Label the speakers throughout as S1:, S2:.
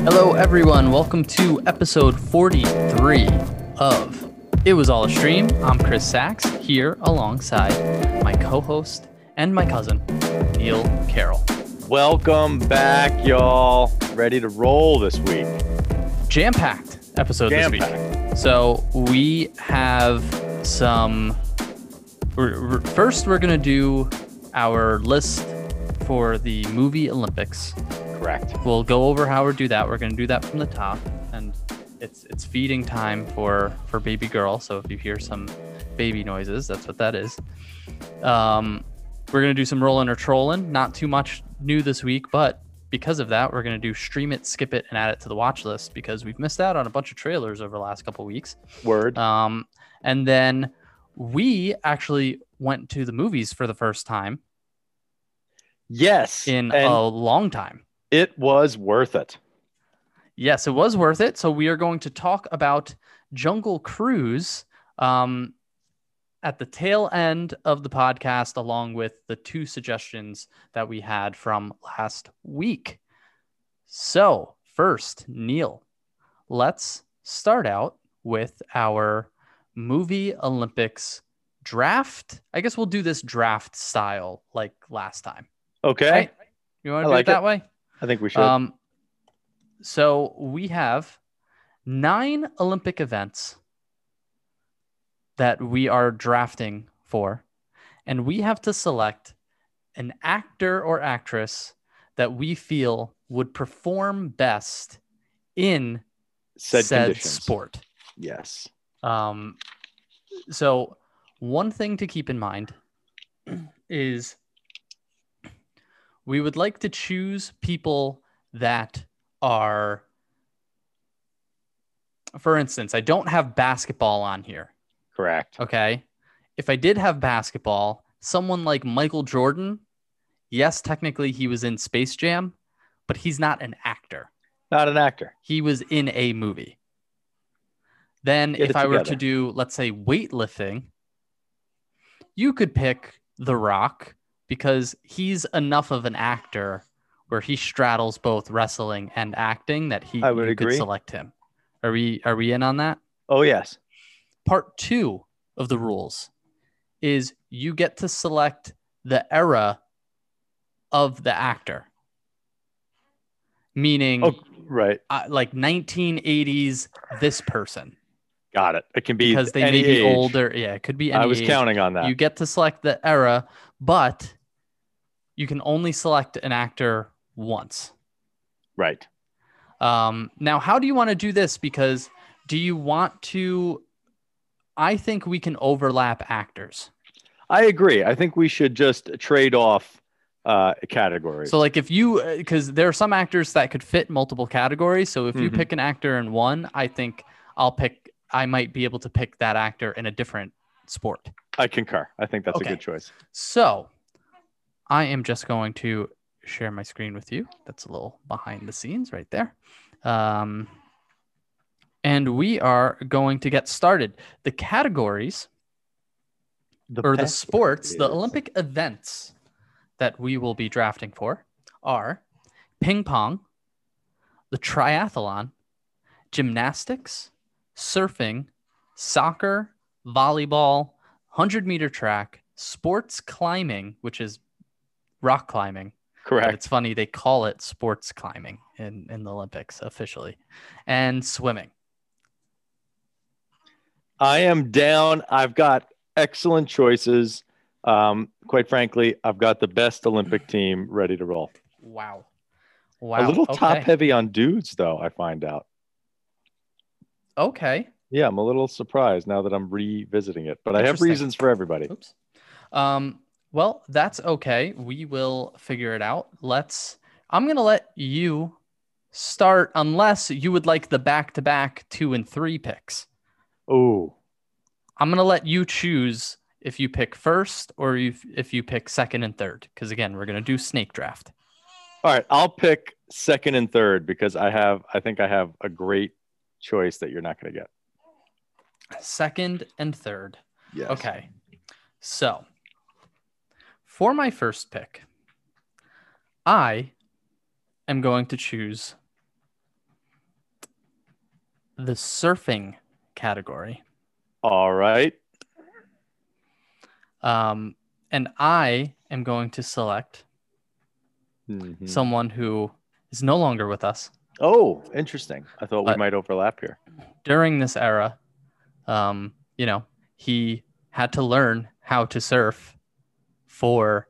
S1: Hello, everyone. Welcome to episode 43 of It Was All a Stream. I'm Chris Sachs here alongside my co host and my cousin, Neil Carroll.
S2: Welcome back, y'all. Ready to roll this week.
S1: Jam packed episode this
S2: Jam-packed.
S1: week. So we have some. we're- we're- First, we're going to do our list for the movie Olympics.
S2: Correct.
S1: we'll go over how we do that. We're gonna do that from the top, and it's it's feeding time for for baby girl. So if you hear some baby noises, that's what that is. Um, we're gonna do some rolling or trolling. Not too much new this week, but because of that, we're gonna do stream it, skip it, and add it to the watch list because we've missed out on a bunch of trailers over the last couple weeks.
S2: Word.
S1: Um, and then we actually went to the movies for the first time
S2: yes.
S1: in
S2: and
S1: a long time.
S2: it was worth it.
S1: Yes, it was worth it. So we are going to talk about Jungle Cruise um, at the tail end of the podcast, along with the two suggestions that we had from last week. So, first, Neil, let's start out with our movie Olympics draft. I guess we'll do this draft style like last time.
S2: Okay.
S1: Right. You want
S2: I
S1: to do
S2: like
S1: it that way?
S2: I think we should.
S1: Um, so we have nine Olympic events that we are drafting for, and we have to select an actor or actress that we feel would perform best in
S2: said
S1: said
S2: conditions.
S1: sport.
S2: Yes.
S1: Um, so one thing to keep in mind is we would like to choose people that are, for instance, I don't have basketball on here.
S2: Correct.
S1: Okay. If I did have basketball, someone like Michael Jordan, yes, technically he was in Space Jam, but he's not an actor
S2: Not an actor.
S1: he was in a movie. Then,
S2: Get it
S1: if I were to
S2: together.
S1: do, let's say, weightlifting, you could pick The Rock because he's enough of an actor where he straddles both wrestling and acting that he
S2: I would
S1: you could
S2: agree.
S1: select him. Are we are we in on that?
S2: Oh yes.
S1: Part two of the rules is you get to select the era of the actor, meaning
S2: Oh right.
S1: uh, like 1980s this person
S2: Got it. It can be
S1: because they
S2: any
S1: may be
S2: age.
S1: older. Yeah, it could be any
S2: I was
S1: age.
S2: counting on that.
S1: You get to select the era, but you can only select an actor once.
S2: right.
S1: Um, now, how do you want to do this? Because do you want to? I think we can overlap actors.
S2: I agree. I think we should just trade off uh categories.
S1: So, like, if you, because there are some actors that could fit multiple categories. So, if you
S2: Mhm.
S1: pick an actor in one, I think I'll pick, I might be able to pick that actor in a different sport.
S2: I concur. I think that's
S1: Okay.
S2: a good choice.
S1: So I am just going to share my screen with you. That's a little behind the scenes right there. Um, and we are going to get started. The categories
S2: The
S1: or the
S2: best
S1: sports, the
S2: is-
S1: Olympic events that we will be drafting for are ping pong, the triathlon, gymnastics, surfing, soccer, volleyball, 100 meter track, sports climbing, which is rock climbing. but
S2: Correct.
S1: It's funny, they call it sports climbing in, in the Olympics officially, and swimming.
S2: I am down. I've got excellent choices. Um, quite frankly, I've got the best Olympic team ready to roll.
S1: Wow. Wow.
S2: A little top
S1: Okay.
S2: heavy on dudes, though, I find out.
S1: Okay.
S2: Yeah, I'm a little surprised now that I'm revisiting it, but I have
S1: Interesting.
S2: reasons for everybody.
S1: Oops. Um, well, that's okay. We will figure it out. Let's. I'm gonna let you start unless you would like the back-to-back two and three picks.
S2: Oh,
S1: I'm gonna let you choose if you pick first or if if you pick second and third. Because again, we're gonna do snake draft.
S2: all right. I'll pick second and third because I have, I think I have a great choice that you're not going to get.
S1: Second and third.
S2: Yes.
S1: Okay. So, for my first pick, I am going to choose the surfing category.
S2: All right.
S1: Um, and I am going to select Mm-hmm.
S2: Mhm.
S1: someone who is no longer with us
S2: Oh, interesting. I thought we
S1: But-
S2: might overlap here.
S1: during this era. Um, you know, he had to learn how to surf for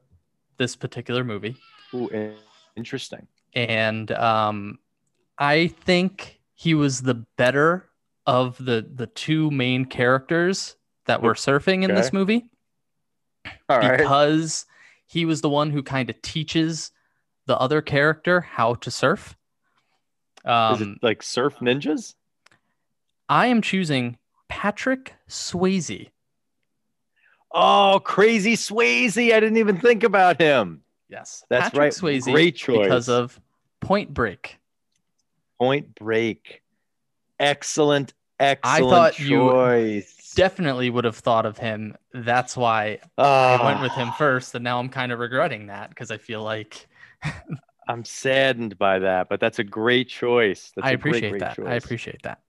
S1: this particular movie.
S2: Ooh, in- interesting.
S1: and um, I think he was the better of the the two main characters that were surfing in this
S2: Okay.
S1: movie
S2: All right.
S1: because he was the one who kind of teaches the other character how to surf.
S2: Is
S1: Um,
S2: it like surf ninjas?
S1: I am choosing Patrick Swayze.
S2: Oh, crazy Swayze. I didn't even think about him.
S1: Yes,
S2: That's
S1: Patrick
S2: right.
S1: Swayze
S2: Great choice.
S1: because of Point Break.
S2: Point Break. Excellent, excellent
S1: thought you
S2: choice.
S1: Definitely would have thought of him. That's why I went
S2: Ah,
S1: with him first, and now I'm kind of regretting that because I feel like
S2: I'm saddened by that, but that's a great choice. That's
S1: I
S2: a great,
S1: appreciate
S2: great
S1: that.
S2: choice.
S1: I appreciate that.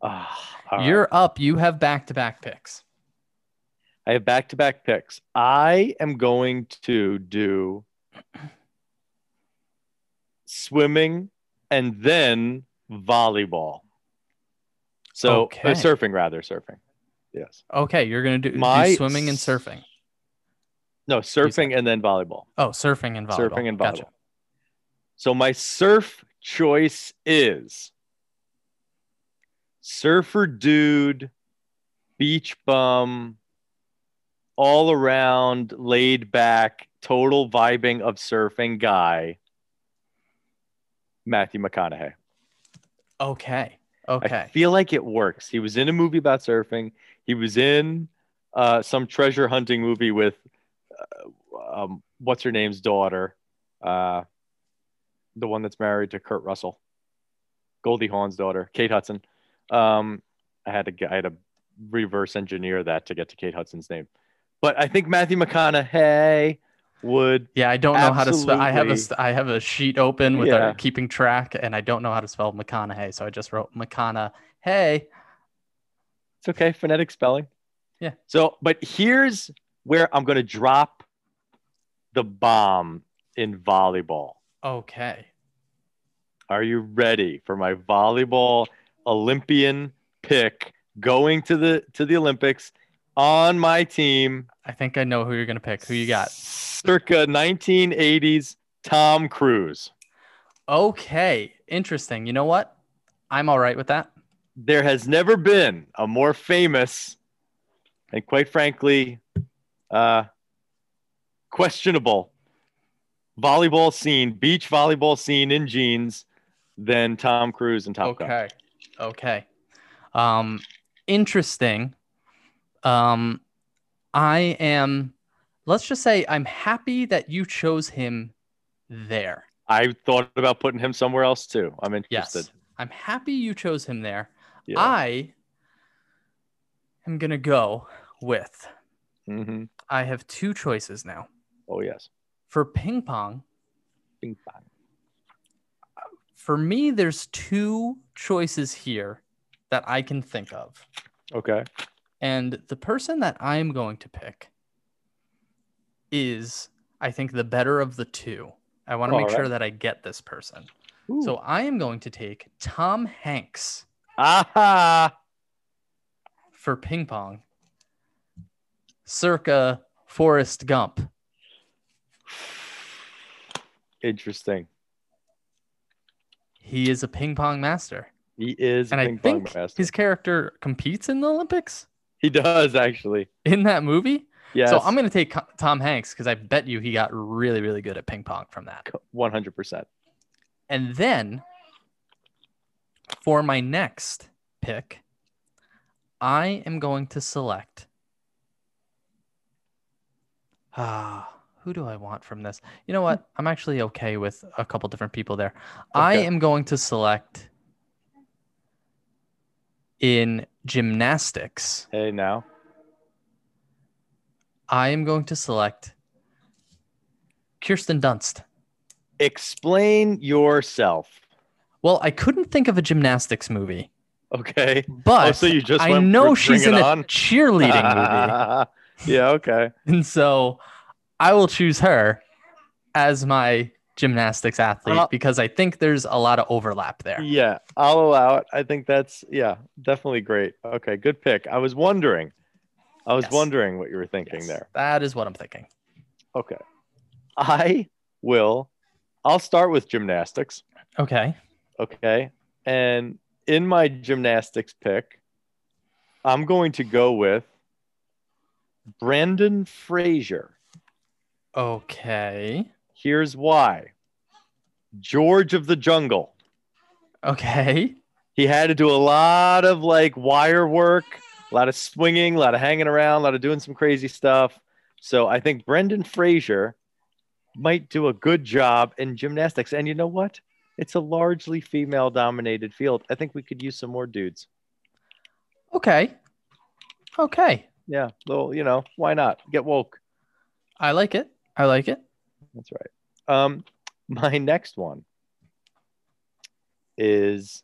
S2: Ah, all right.
S1: You're up. You have back to back picks.
S2: I have back to back picks. I am going to do swimming and then volleyball. So, or
S1: Okay.
S2: surfing, rather, surfing. Yes.
S1: Okay, you're gonna do, do
S2: My-
S1: swimming and surfing.
S2: No, surfing and then volleyball.
S1: Oh, surfing and volleyball.
S2: Surfing and volleyball.
S1: Gotcha.
S2: So, my surf choice is surfer dude, beach bum, all around laid back, total vibing of surfing guy, Matthew McConaughey.
S1: Okay.
S2: I
S1: Okay.
S2: feel like it works. He was in a movie about surfing. He was in uh, some treasure hunting movie with uh, um, what's her name's daughter, uh, the one that's married to Kurt Russell, Goldie Hawn's daughter, Kate Hudson. Um, I had to g- I had to reverse engineer that to get to Kate Hudson's name, but I think Matthew McConaughey would.
S1: Yeah, I don't know how to spell. I have a
S2: Absolutely.
S1: st- I have a sheet open with
S2: Yeah.
S1: our keeping track, and I don't know how to spell McConaughey, so I just wrote McConaughey.
S2: It's okay, phonetic spelling.
S1: Yeah.
S2: So, but here's where I'm going to drop the bomb in volleyball.
S1: Okay.
S2: Are you ready for my volleyball Olympian pick going to the to the Olympics on my team?
S1: I think I know who you're gonna pick. Who you got?
S2: Circa 1980s Tom Cruise.
S1: Okay. Interesting. You know what? I'm all right with that.
S2: There has never been a more famous and quite frankly uh questionable volleyball scene, beach volleyball scene in jeans than Tom Cruise and Top Gun.
S1: okay. Okay. Um, interesting. Um, I am. Let's just say I'm happy that you chose him there.
S2: I thought about putting him somewhere else too. I'm
S1: Yes,
S2: interested.
S1: I'm happy you chose him there.
S2: Yeah.
S1: I am gonna go with.
S2: Mm-hmm.
S1: I have two choices now
S2: Oh yes.
S1: for ping pong.
S2: Bing bang.
S1: For me, there's two choices here that I can think of.
S2: Okay.
S1: And the person that I'm going to pick is, I think, the better of the two. I want to make
S2: All
S1: sure
S2: right.
S1: that I get this person.
S2: So
S1: So I am going to take Tom Hanks
S2: aha.
S1: for ping pong, circa Forrest Gump.
S2: Interesting.
S1: He is a ping pong master.
S2: He is a
S1: And I
S2: ping pong
S1: think
S2: master.
S1: his character competes in the Olympics
S2: He does actually.
S1: in that movie.
S2: Yes.
S1: So I'm going to take Co- Tom Hanks because I bet you he got really, really good at ping pong from that.
S2: 100%.
S1: And then for my next pick, I am going to select. Ah, who do I want from this? You know what? I'm actually okay with a couple different people there. I
S2: Okay.
S1: am going to select in gymnastics.
S2: Hey now.
S1: I am going to select Kirsten Dunst.
S2: Explain yourself.
S1: Well, I couldn't think of a gymnastics movie,
S2: Okay.
S1: but
S2: oh, so you just
S1: I
S2: went
S1: know
S2: Bring
S1: she's
S2: It
S1: in a
S2: on?
S1: cheerleading movie.
S2: yeah. Okay.
S1: And so I will choose her as my gymnastics athlete
S2: Uh,
S1: because I think there's a lot of overlap there.
S2: Yeah, I'll allow it. I think that's yeah, definitely great. Okay, good pick. I was wondering. I was
S1: Yes.
S2: wondering what you were thinking
S1: Yes,
S2: there.
S1: That is what I'm thinking.
S2: Okay. I will I'll start with gymnastics,
S1: Okay.
S2: okay? And in my gymnastics pick, I'm going to go with Brandon Fraser.
S1: Okay.
S2: Here's why. George of the Jungle.
S1: Okay.
S2: he had to do a lot of like wire work, a lot of swinging, a lot of hanging around, a lot of doing some crazy stuff. So I think Brendan Fraser might do a good job in gymnastics. And you know what? It's a largely female dominated field. I think we could use some more dudes.
S1: Okay. Okay.
S2: Yeah. Well, you know, why not? Get woke.
S1: I like it. I like it.
S2: That's right. Um, my next one is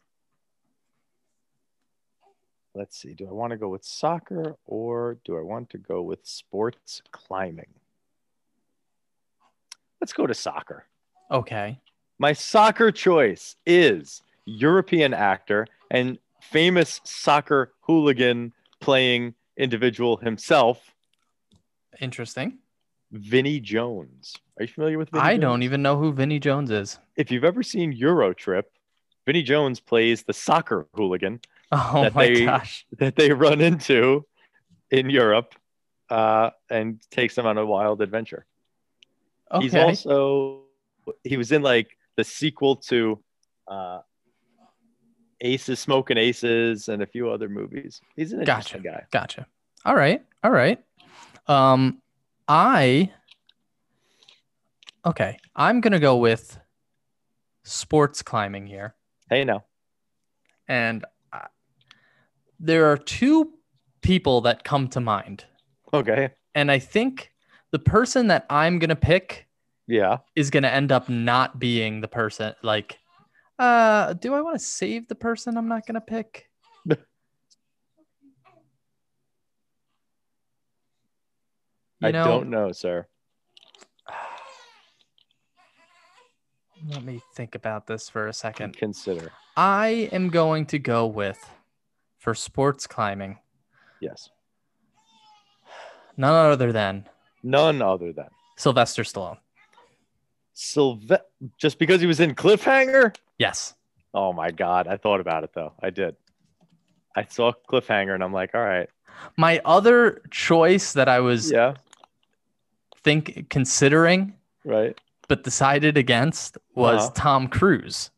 S2: let's see, do I want to go with soccer or do I want to go with sports climbing? Let's go to soccer.
S1: Okay.
S2: My soccer choice is European actor and famous soccer hooligan playing individual himself,
S1: Interesting.
S2: Vinnie Jones. Are you familiar with Vinnie
S1: I
S2: Jones?
S1: don't even know who Vinnie Jones is.
S2: if you've ever seen Eurotrip, Vinnie Jones plays the soccer hooligan
S1: Oh
S2: That
S1: my
S2: they-
S1: gosh.
S2: that they run into in Europe uh, and takes them on a wild adventure.
S1: Okay.
S2: He's also he was in like the sequel to uh, Aces, Smoking Aces, and a few other movies. He's an
S1: Gotcha.
S2: interesting guy.
S1: Gotcha. All right. All right. Um, I. Okay, I'm gonna go with sports climbing here,
S2: Hey, now
S1: and I, there are two people that come to mind,
S2: okay,
S1: and I think the person that I'm gonna pick
S2: yeah,
S1: is gonna end up not being the person. Like, uh, do I want to save the person I'm not gonna pick? You
S2: I don't know, sir.
S1: Let me think about this for a
S2: Can
S1: second.
S2: consider
S1: I am going to go with for sports climbing,
S2: yes,
S1: none other than
S2: none other than
S1: Sylvester Stallone.
S2: Sylve- Just because he was in Cliffhanger,
S1: Yes.
S2: Oh my god, I thought about it though. I did. I saw cliffhanger and I'm like, all right,
S1: My other choice that I was
S2: yeah,
S1: think considering
S2: right.
S1: but decided against was
S2: Uh-huh.
S1: Tom Cruise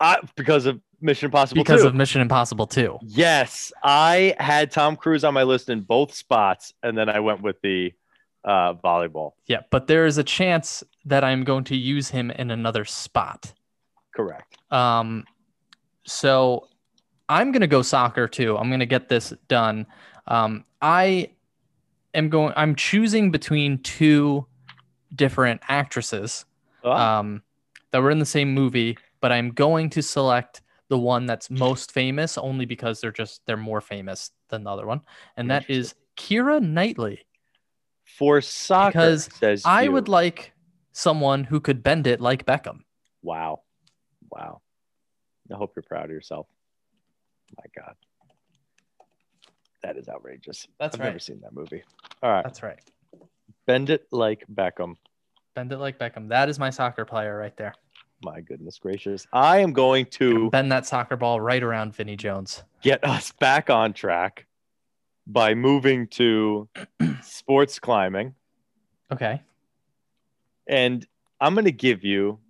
S2: I, because of Mission Impossible
S1: because
S2: 2.
S1: of Mission Impossible 2.
S2: yes, I had Tom Cruise on my list in both spots, and then I went with the uh, volleyball.
S1: Yeah, but there is a chance that I'm going to use him in another spot.
S2: Correct.
S1: Um, so I'm gonna go soccer too. I'm gonna get this done. Um, I am going. I'm choosing between two different actresses
S2: Oh,
S1: um, that were in the same movie, but I'm going to select the one that's most famous only because they're just they're more famous than the other one, and that is Kira Knightley.
S2: for soccer,
S1: because
S2: says
S1: I
S2: you.
S1: would like someone who could bend it like Beckham.
S2: Wow, wow. I hope you're proud of yourself. My God, that is outrageous.
S1: That's
S2: I've never
S1: right. Uh,
S2: seen that movie. All right,
S1: That's right.
S2: bend it like Beckham.
S1: Bend it like Beckham. That is my soccer player right there.
S2: My goodness gracious. I am going to
S1: bend that soccer ball right around Vinny Jones.
S2: get us back on track by moving to sports climbing.
S1: Okay.
S2: And I'm going to give you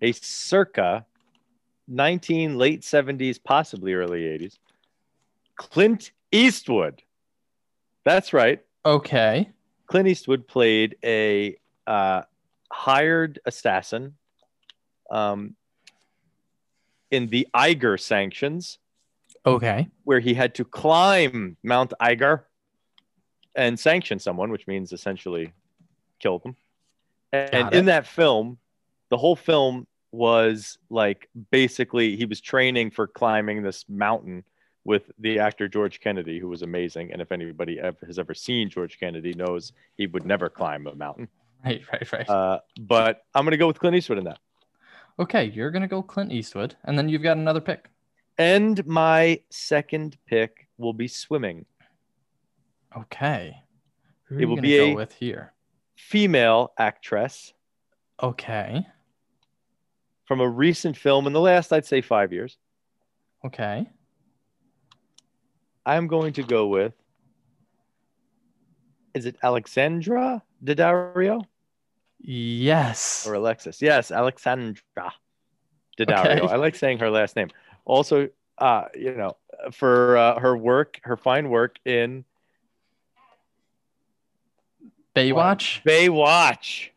S2: a circa 19, late 70s, possibly early 80s, Clint Eastwood. That's right.
S1: Okay.
S2: Clint Eastwood played a uh, hired assassin um, in the Eiger sanctions.
S1: Okay.
S2: where he had to climb Mount Eiger and sanction someone, which means essentially kill them. And
S1: Got
S2: in that film, the whole film was like basically he was training for climbing this mountain with the actor George Kennedy, who was amazing. And if anybody ever, has ever seen George Kennedy, knows he would never climb a mountain.
S1: Right, right, right.
S2: Uh, but I'm gonna go with Clint Eastwood in that.
S1: okay, you're gonna go Clint Eastwood, and then you've got another pick.
S2: And my second pick will be swimming.
S1: Okay. Who are
S2: It
S1: you
S2: will
S1: gonna
S2: be
S1: go
S2: a-
S1: with here?
S2: Female actress
S1: Okay.
S2: from a recent film in the last, I'd say, five years.
S1: Okay.
S2: I'm going to go with. Is it Alexandra Daddario
S1: Yes.
S2: or Alexis? Yes, Alexandra Daddario.
S1: Okay.
S2: I like saying her last name. Also, uh, you know, for uh, her work, her fine work in
S1: Baywatch.
S2: Baywatch.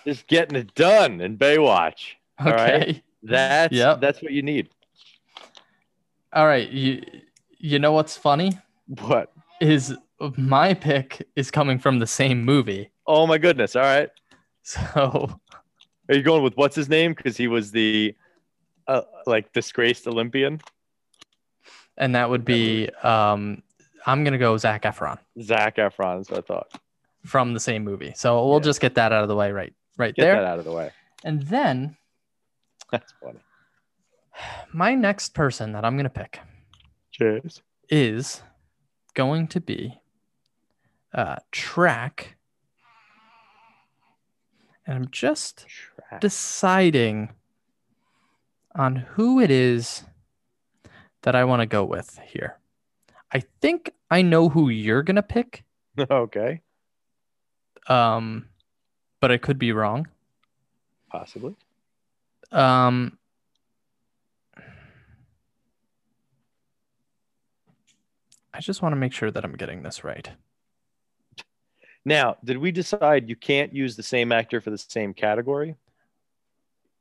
S2: Just getting it done in Baywatch.
S1: Okay.
S2: All right. That's
S1: Yep.
S2: that's what you need.
S1: All right. You you know what's funny?
S2: What?
S1: Is my pick is coming from the same movie.
S2: Oh my goodness! All right,
S1: So
S2: are you going with what's his name? Because he was the uh, like disgraced Olympian,
S1: and that would be um I'm gonna go Zach Efron
S2: Zach Efron. Is what I thought.
S1: from the same movie. So we'll
S2: Yeah.
S1: just get that out of the way right right
S2: Get
S1: there.
S2: that out of the way.
S1: And then
S2: That's funny.
S1: my next person that I'm gonna pick
S2: Cheers.
S1: is going to be uh, track. And I'm just
S2: Trash.
S1: deciding on who it is that I want to go with here. I think I know who you're going to pick,
S2: okay,
S1: um, but I could be wrong.
S2: possibly.
S1: Um, I just want to make sure that I'm getting this right.
S2: Now, did we decide you can't use the same actor for the same category?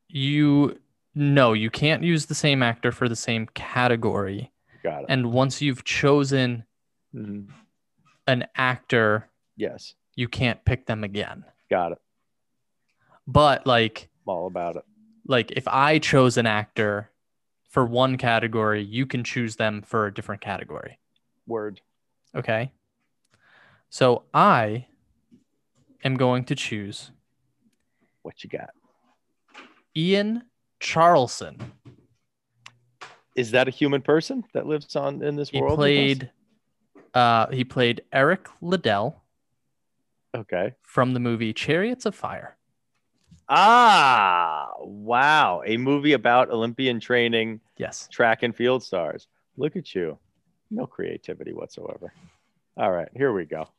S1: you no you can't use the same actor for the same category
S2: Got it.
S1: and once you've chosen
S2: Mhm.
S1: an actor
S2: Yes,
S1: you can't pick them again
S2: got it.
S1: but like
S2: I'm all about it.
S1: like if i chose an actor for one category you can choose them for a different category
S2: Word.
S1: okay so i am going to choose
S2: What you got?
S1: ian charlson
S2: Is that a human person that lives on in this
S1: he
S2: world? with us?
S1: played uh he played eric liddell
S2: Okay.
S1: from the movie chariots of fire
S2: Ah, wow. A movie about Olympian training,
S1: Yes.
S2: track and field stars. Look at you. No creativity whatsoever. All right, here we go.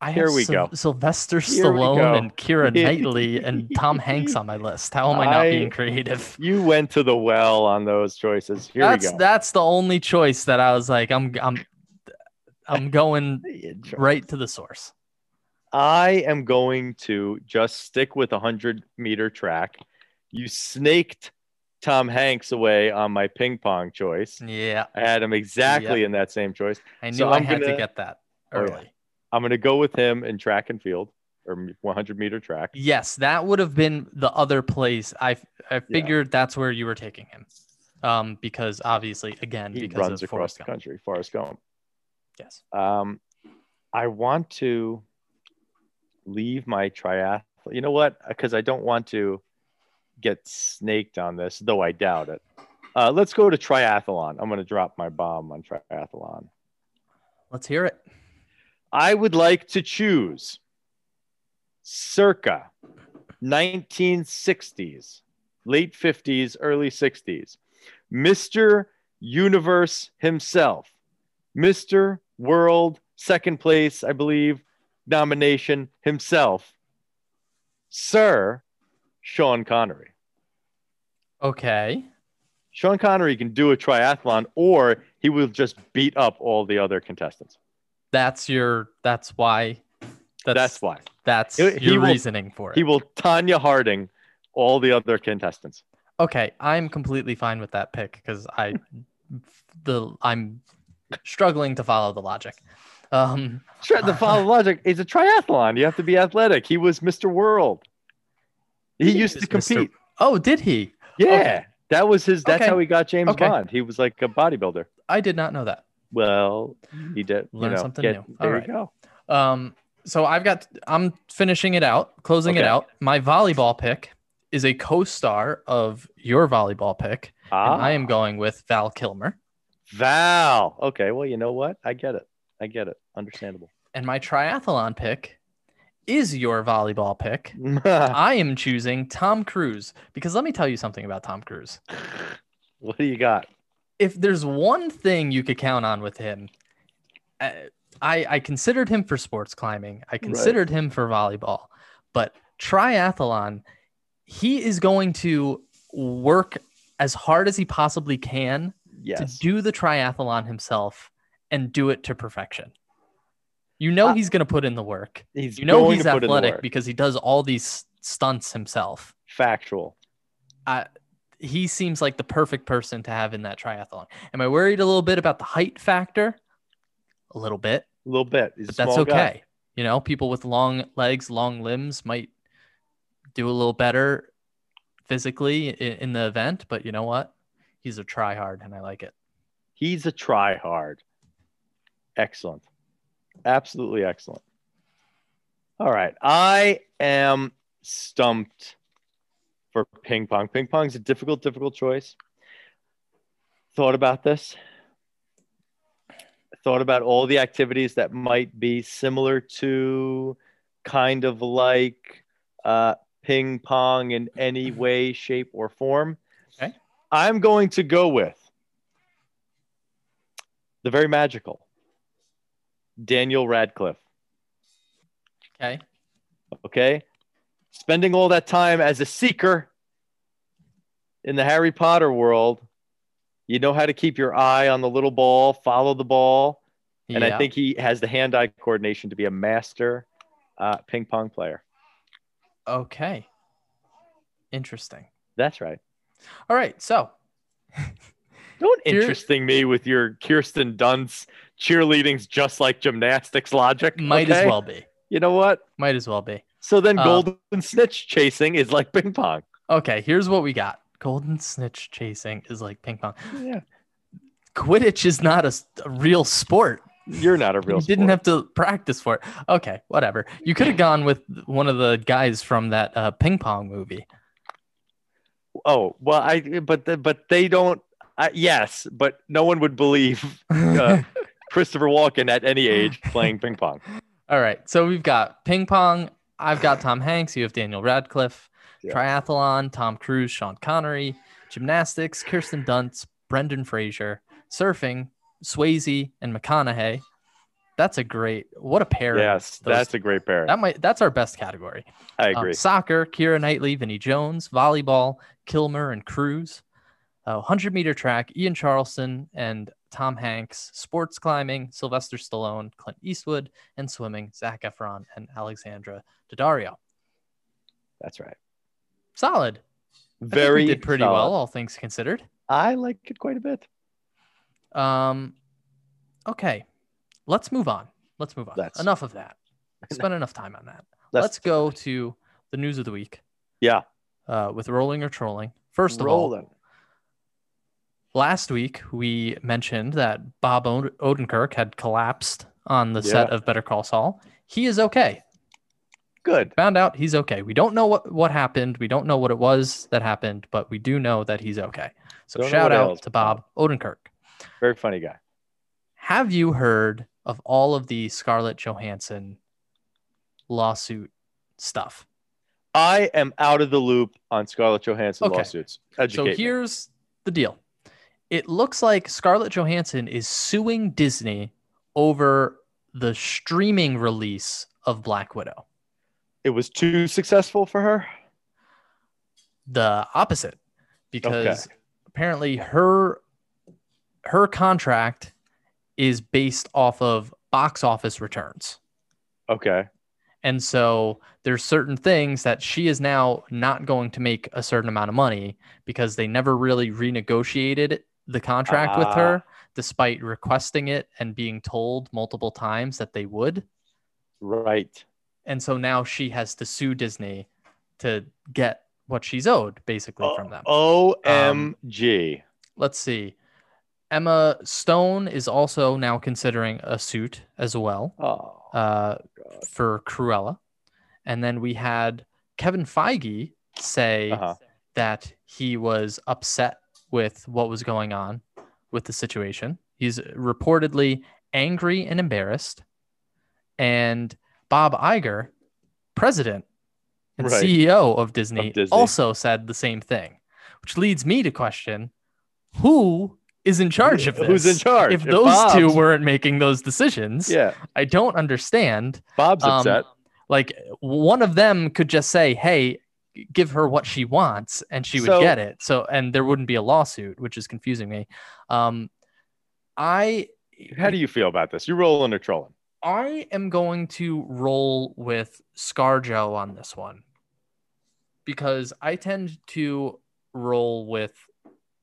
S1: I have
S2: Here we
S1: Syl-
S2: go.
S1: Sylvester
S2: Here we go.
S1: Stallone and Kira Knightley and Tom Hanks on my list. How am I not
S2: I-
S1: being creative?
S2: You went to the well on those choices. Here
S1: that's
S2: we go.
S1: that's the only choice that I was like, I'm I'm I'm going right to the source.
S2: I am going to just stick with a 100 meter track. You snaked Tom Hanks away on my ping pong choice.
S1: Yeah,
S2: I had him exactly in that same choice.
S1: I knew
S2: So
S1: I
S2: I'm
S1: had to
S2: gonna-
S1: get that
S2: Oh,
S1: early.
S2: yeah. I'm going to go with him in track and field or 100 meter track.
S1: Yes, that would have been the other place. I I figured that's where you were taking him, um, because obviously again
S2: he
S1: because
S2: runs
S1: of
S2: across
S1: Forrest
S2: the
S1: Gump.
S2: country. Forrest Gump.
S1: Yes.
S2: Um, I want to leave my triathlon. You know what? Because I don't want to get snaked on this, though I doubt it. Uh, let's go to triathlon. I'm going to drop my bomb on triathlon.
S1: Let's hear it.
S2: I would like to choose circa 1960s, late 50s, early 60s. Mr. Universe himself, Mr. World, second place, I believe, nomination himself, Sir Sean Connery.
S1: Okay.
S2: Sean Connery can do a triathlon or he will just beat up all the other contestants.
S1: That's your that's why
S2: That's,
S1: that's
S2: why.
S1: That's
S2: He- he
S1: your
S2: will-
S1: reasoning for it.
S2: He will Tanya Harding all the other contestants.
S1: okay, I'm completely fine with that pick because I the I'm struggling to follow the logic. Um,
S2: Try the follow logic. It's a triathlon. You have to be athletic. He was Mr. World. He, used to
S1: is Mr.
S2: compete.
S1: Oh, did he?
S2: Yeah, that was his. That's
S1: Okay.
S2: how he got James
S1: Okay.
S2: Bond. He was like a bodybuilder.
S1: I did not know that.
S2: Well, he did. you
S1: Learn
S2: know,
S1: something
S2: get-
S1: new. All
S2: There you
S1: right.
S2: go.
S1: Um, so I've got I'm finishing it out, closing it
S2: Okay.
S1: out. My volleyball pick is a co-star of your volleyball pick,
S2: Ah,
S1: and I am going with Val Kilmer.
S2: Val. Okay. Well, you know what? I get it. I get it. Understandable.
S1: And my triathlon pick is your volleyball pick. I am choosing Tom Cruise because let me tell you something about Tom Cruise.
S2: what do you got?
S1: If there's one thing you could count on with him, uh, I I considered him for sports climbing. I considered him for volleyball, but triathlon, he is going to work as hard as he possibly can
S2: Yes.
S1: to do the triathlon himself and do it to perfection. You know
S2: Uh,
S1: he's going to put in the work.
S2: he's
S1: You know
S2: going
S1: he's
S2: to put in the
S1: athletic
S2: work.
S1: because he does all these stunts himself.
S2: Factual.
S1: He seems like the perfect person to have in that triathlon. Am I worried a little bit about the height factor? A little bit,
S2: A little bit. He's a
S1: but that's
S2: small
S1: okay.
S2: guy.
S1: You know, people with long legs, long limbs might do a little better physically i- in the event, but you know what? He's a try hard and I like it.
S2: He's a try hard. Excellent. Absolutely excellent. All right. I am stumped for ping pong. Ping pong's a difficult, difficult choice. Thought about this. Thought about all the activities that might be similar to, kind of like uh, ping pong in any way, shape, or form.
S1: Okay.
S2: I'm going to go with the very magical Daniel Radcliffe.
S1: Okay.
S2: Okay. Spending all that time as a seeker in the Harry Potter world, you know how to keep your eye on the little ball, follow the ball. And I
S1: Yeah.
S2: think he has the hand eye coordination to be a master uh, ping pong player.
S1: Okay. Interesting.
S2: That's right.
S1: All right. So
S2: Don't
S1: Here-
S2: interesting me with your Kirsten Dunst cheerleadings just like gymnastics logic.
S1: might
S2: okay?
S1: as well be.
S2: You know what?
S1: Might as well be.
S2: So then
S1: Uh,
S2: golden snitch chasing is like ping pong.
S1: Okay. Here's what we got Golden snitch chasing is like ping pong.
S2: Yeah.
S1: Quidditch is not a, s- a real sport.
S2: You're not a real
S1: you didn't
S2: sport.
S1: have to practice for it. Okay. Whatever. You could have gone with one of the guys from that uh, ping pong movie.
S2: Oh, well, I but the, but they don't I, yes, but no one would believe Uh, Christopher Walken at any age playing ping pong.
S1: All right. So we've got ping pong. I've got Tom Hanks. You have Daniel Radcliffe.
S2: Yeah.
S1: Triathlon, Tom Cruise, Sean Connery. Gymnastics, Kirsten Dunst, Brendan Fraser. Surfing, Swayze, and McConaughey. That's a great, what a pair.
S2: Yes,
S1: those-
S2: that's a great pair.
S1: That might, that's our best category.
S2: I
S1: Um,
S2: agree.
S1: soccer, Kira Knightley, Vinnie Jones. Volleyball, Kilmer and Cruz. Uh, 100 meter track, Ian Charleston and Tom Hanks. Sports climbing, Sylvester Stallone, Clint Eastwood. And swimming, Zach Efron and Alexandra Daddario.
S2: That's right.
S1: Solid. I think
S2: Very
S1: we did pretty
S2: solid.
S1: well, all things considered.
S2: I like it quite a bit.
S1: Um, okay, let's move on. Let's move on.
S2: Let's-
S1: Enough of that. Spent enough time on that.
S2: That's
S1: let's go to the news of the week.
S2: Yeah.
S1: Uh, with rolling or trolling. First of all,
S2: rolling.
S1: last week we mentioned that Bob Od- Odenkirk had collapsed on the set of Better Call Saul. He is okay.
S2: Good.
S1: Found out he's okay. We don't know what, what happened. We don't know what it was that happened, but we do know that he's okay. So
S2: Don't know
S1: shout
S2: what
S1: out
S2: ails
S1: to Bob Odenkirk.
S2: Very funny guy.
S1: Have you heard of all of the Scarlett Johansson lawsuit stuff?
S2: I am out of the loop on Scarlett Johansson
S1: Okay.
S2: lawsuits. Educate
S1: so here's the deal. It looks like Scarlett Johansson is suing Disney over the streaming release of Black Widow.
S2: me. It was too successful for her.
S1: The opposite because apparently her her contract is based off of box office returns.
S2: Okay.
S1: And so there's certain things that she is now not going to make a certain amount of money because they never really renegotiated the contract with
S2: Ah.
S1: her, despite requesting it and being told multiple times that they would.
S2: Right.
S1: And so now she has to sue Disney to get what she's owed basically
S2: Oh,
S1: from them. Um,
S2: OMG.
S1: Let's see. Emma Stone is also now considering a suit as well
S2: oh,
S1: uh,
S2: God.
S1: for Cruella. And then we had Kevin Feige say
S2: Uh-huh.
S1: that he was upset with what was going on with the situation. He's reportedly angry and embarrassed. And Bob Iger, president and
S2: Right.
S1: CEO of Disney,
S2: Of Disney.
S1: also said the same thing, which leads me to question who is in charge of this?
S2: Who's in charge?
S1: If those two
S2: Bob's-
S1: weren't making those decisions,
S2: yeah,
S1: I don't understand
S2: Bob's
S1: um,
S2: upset.
S1: like one of them could just say hey g- give her what she wants and she would
S2: So-
S1: get it so and there wouldn't be a lawsuit which is confusing me um i
S2: How do you feel about this? You rolling or trolling?
S1: i am going to roll with scarjo on this one because i tend to roll with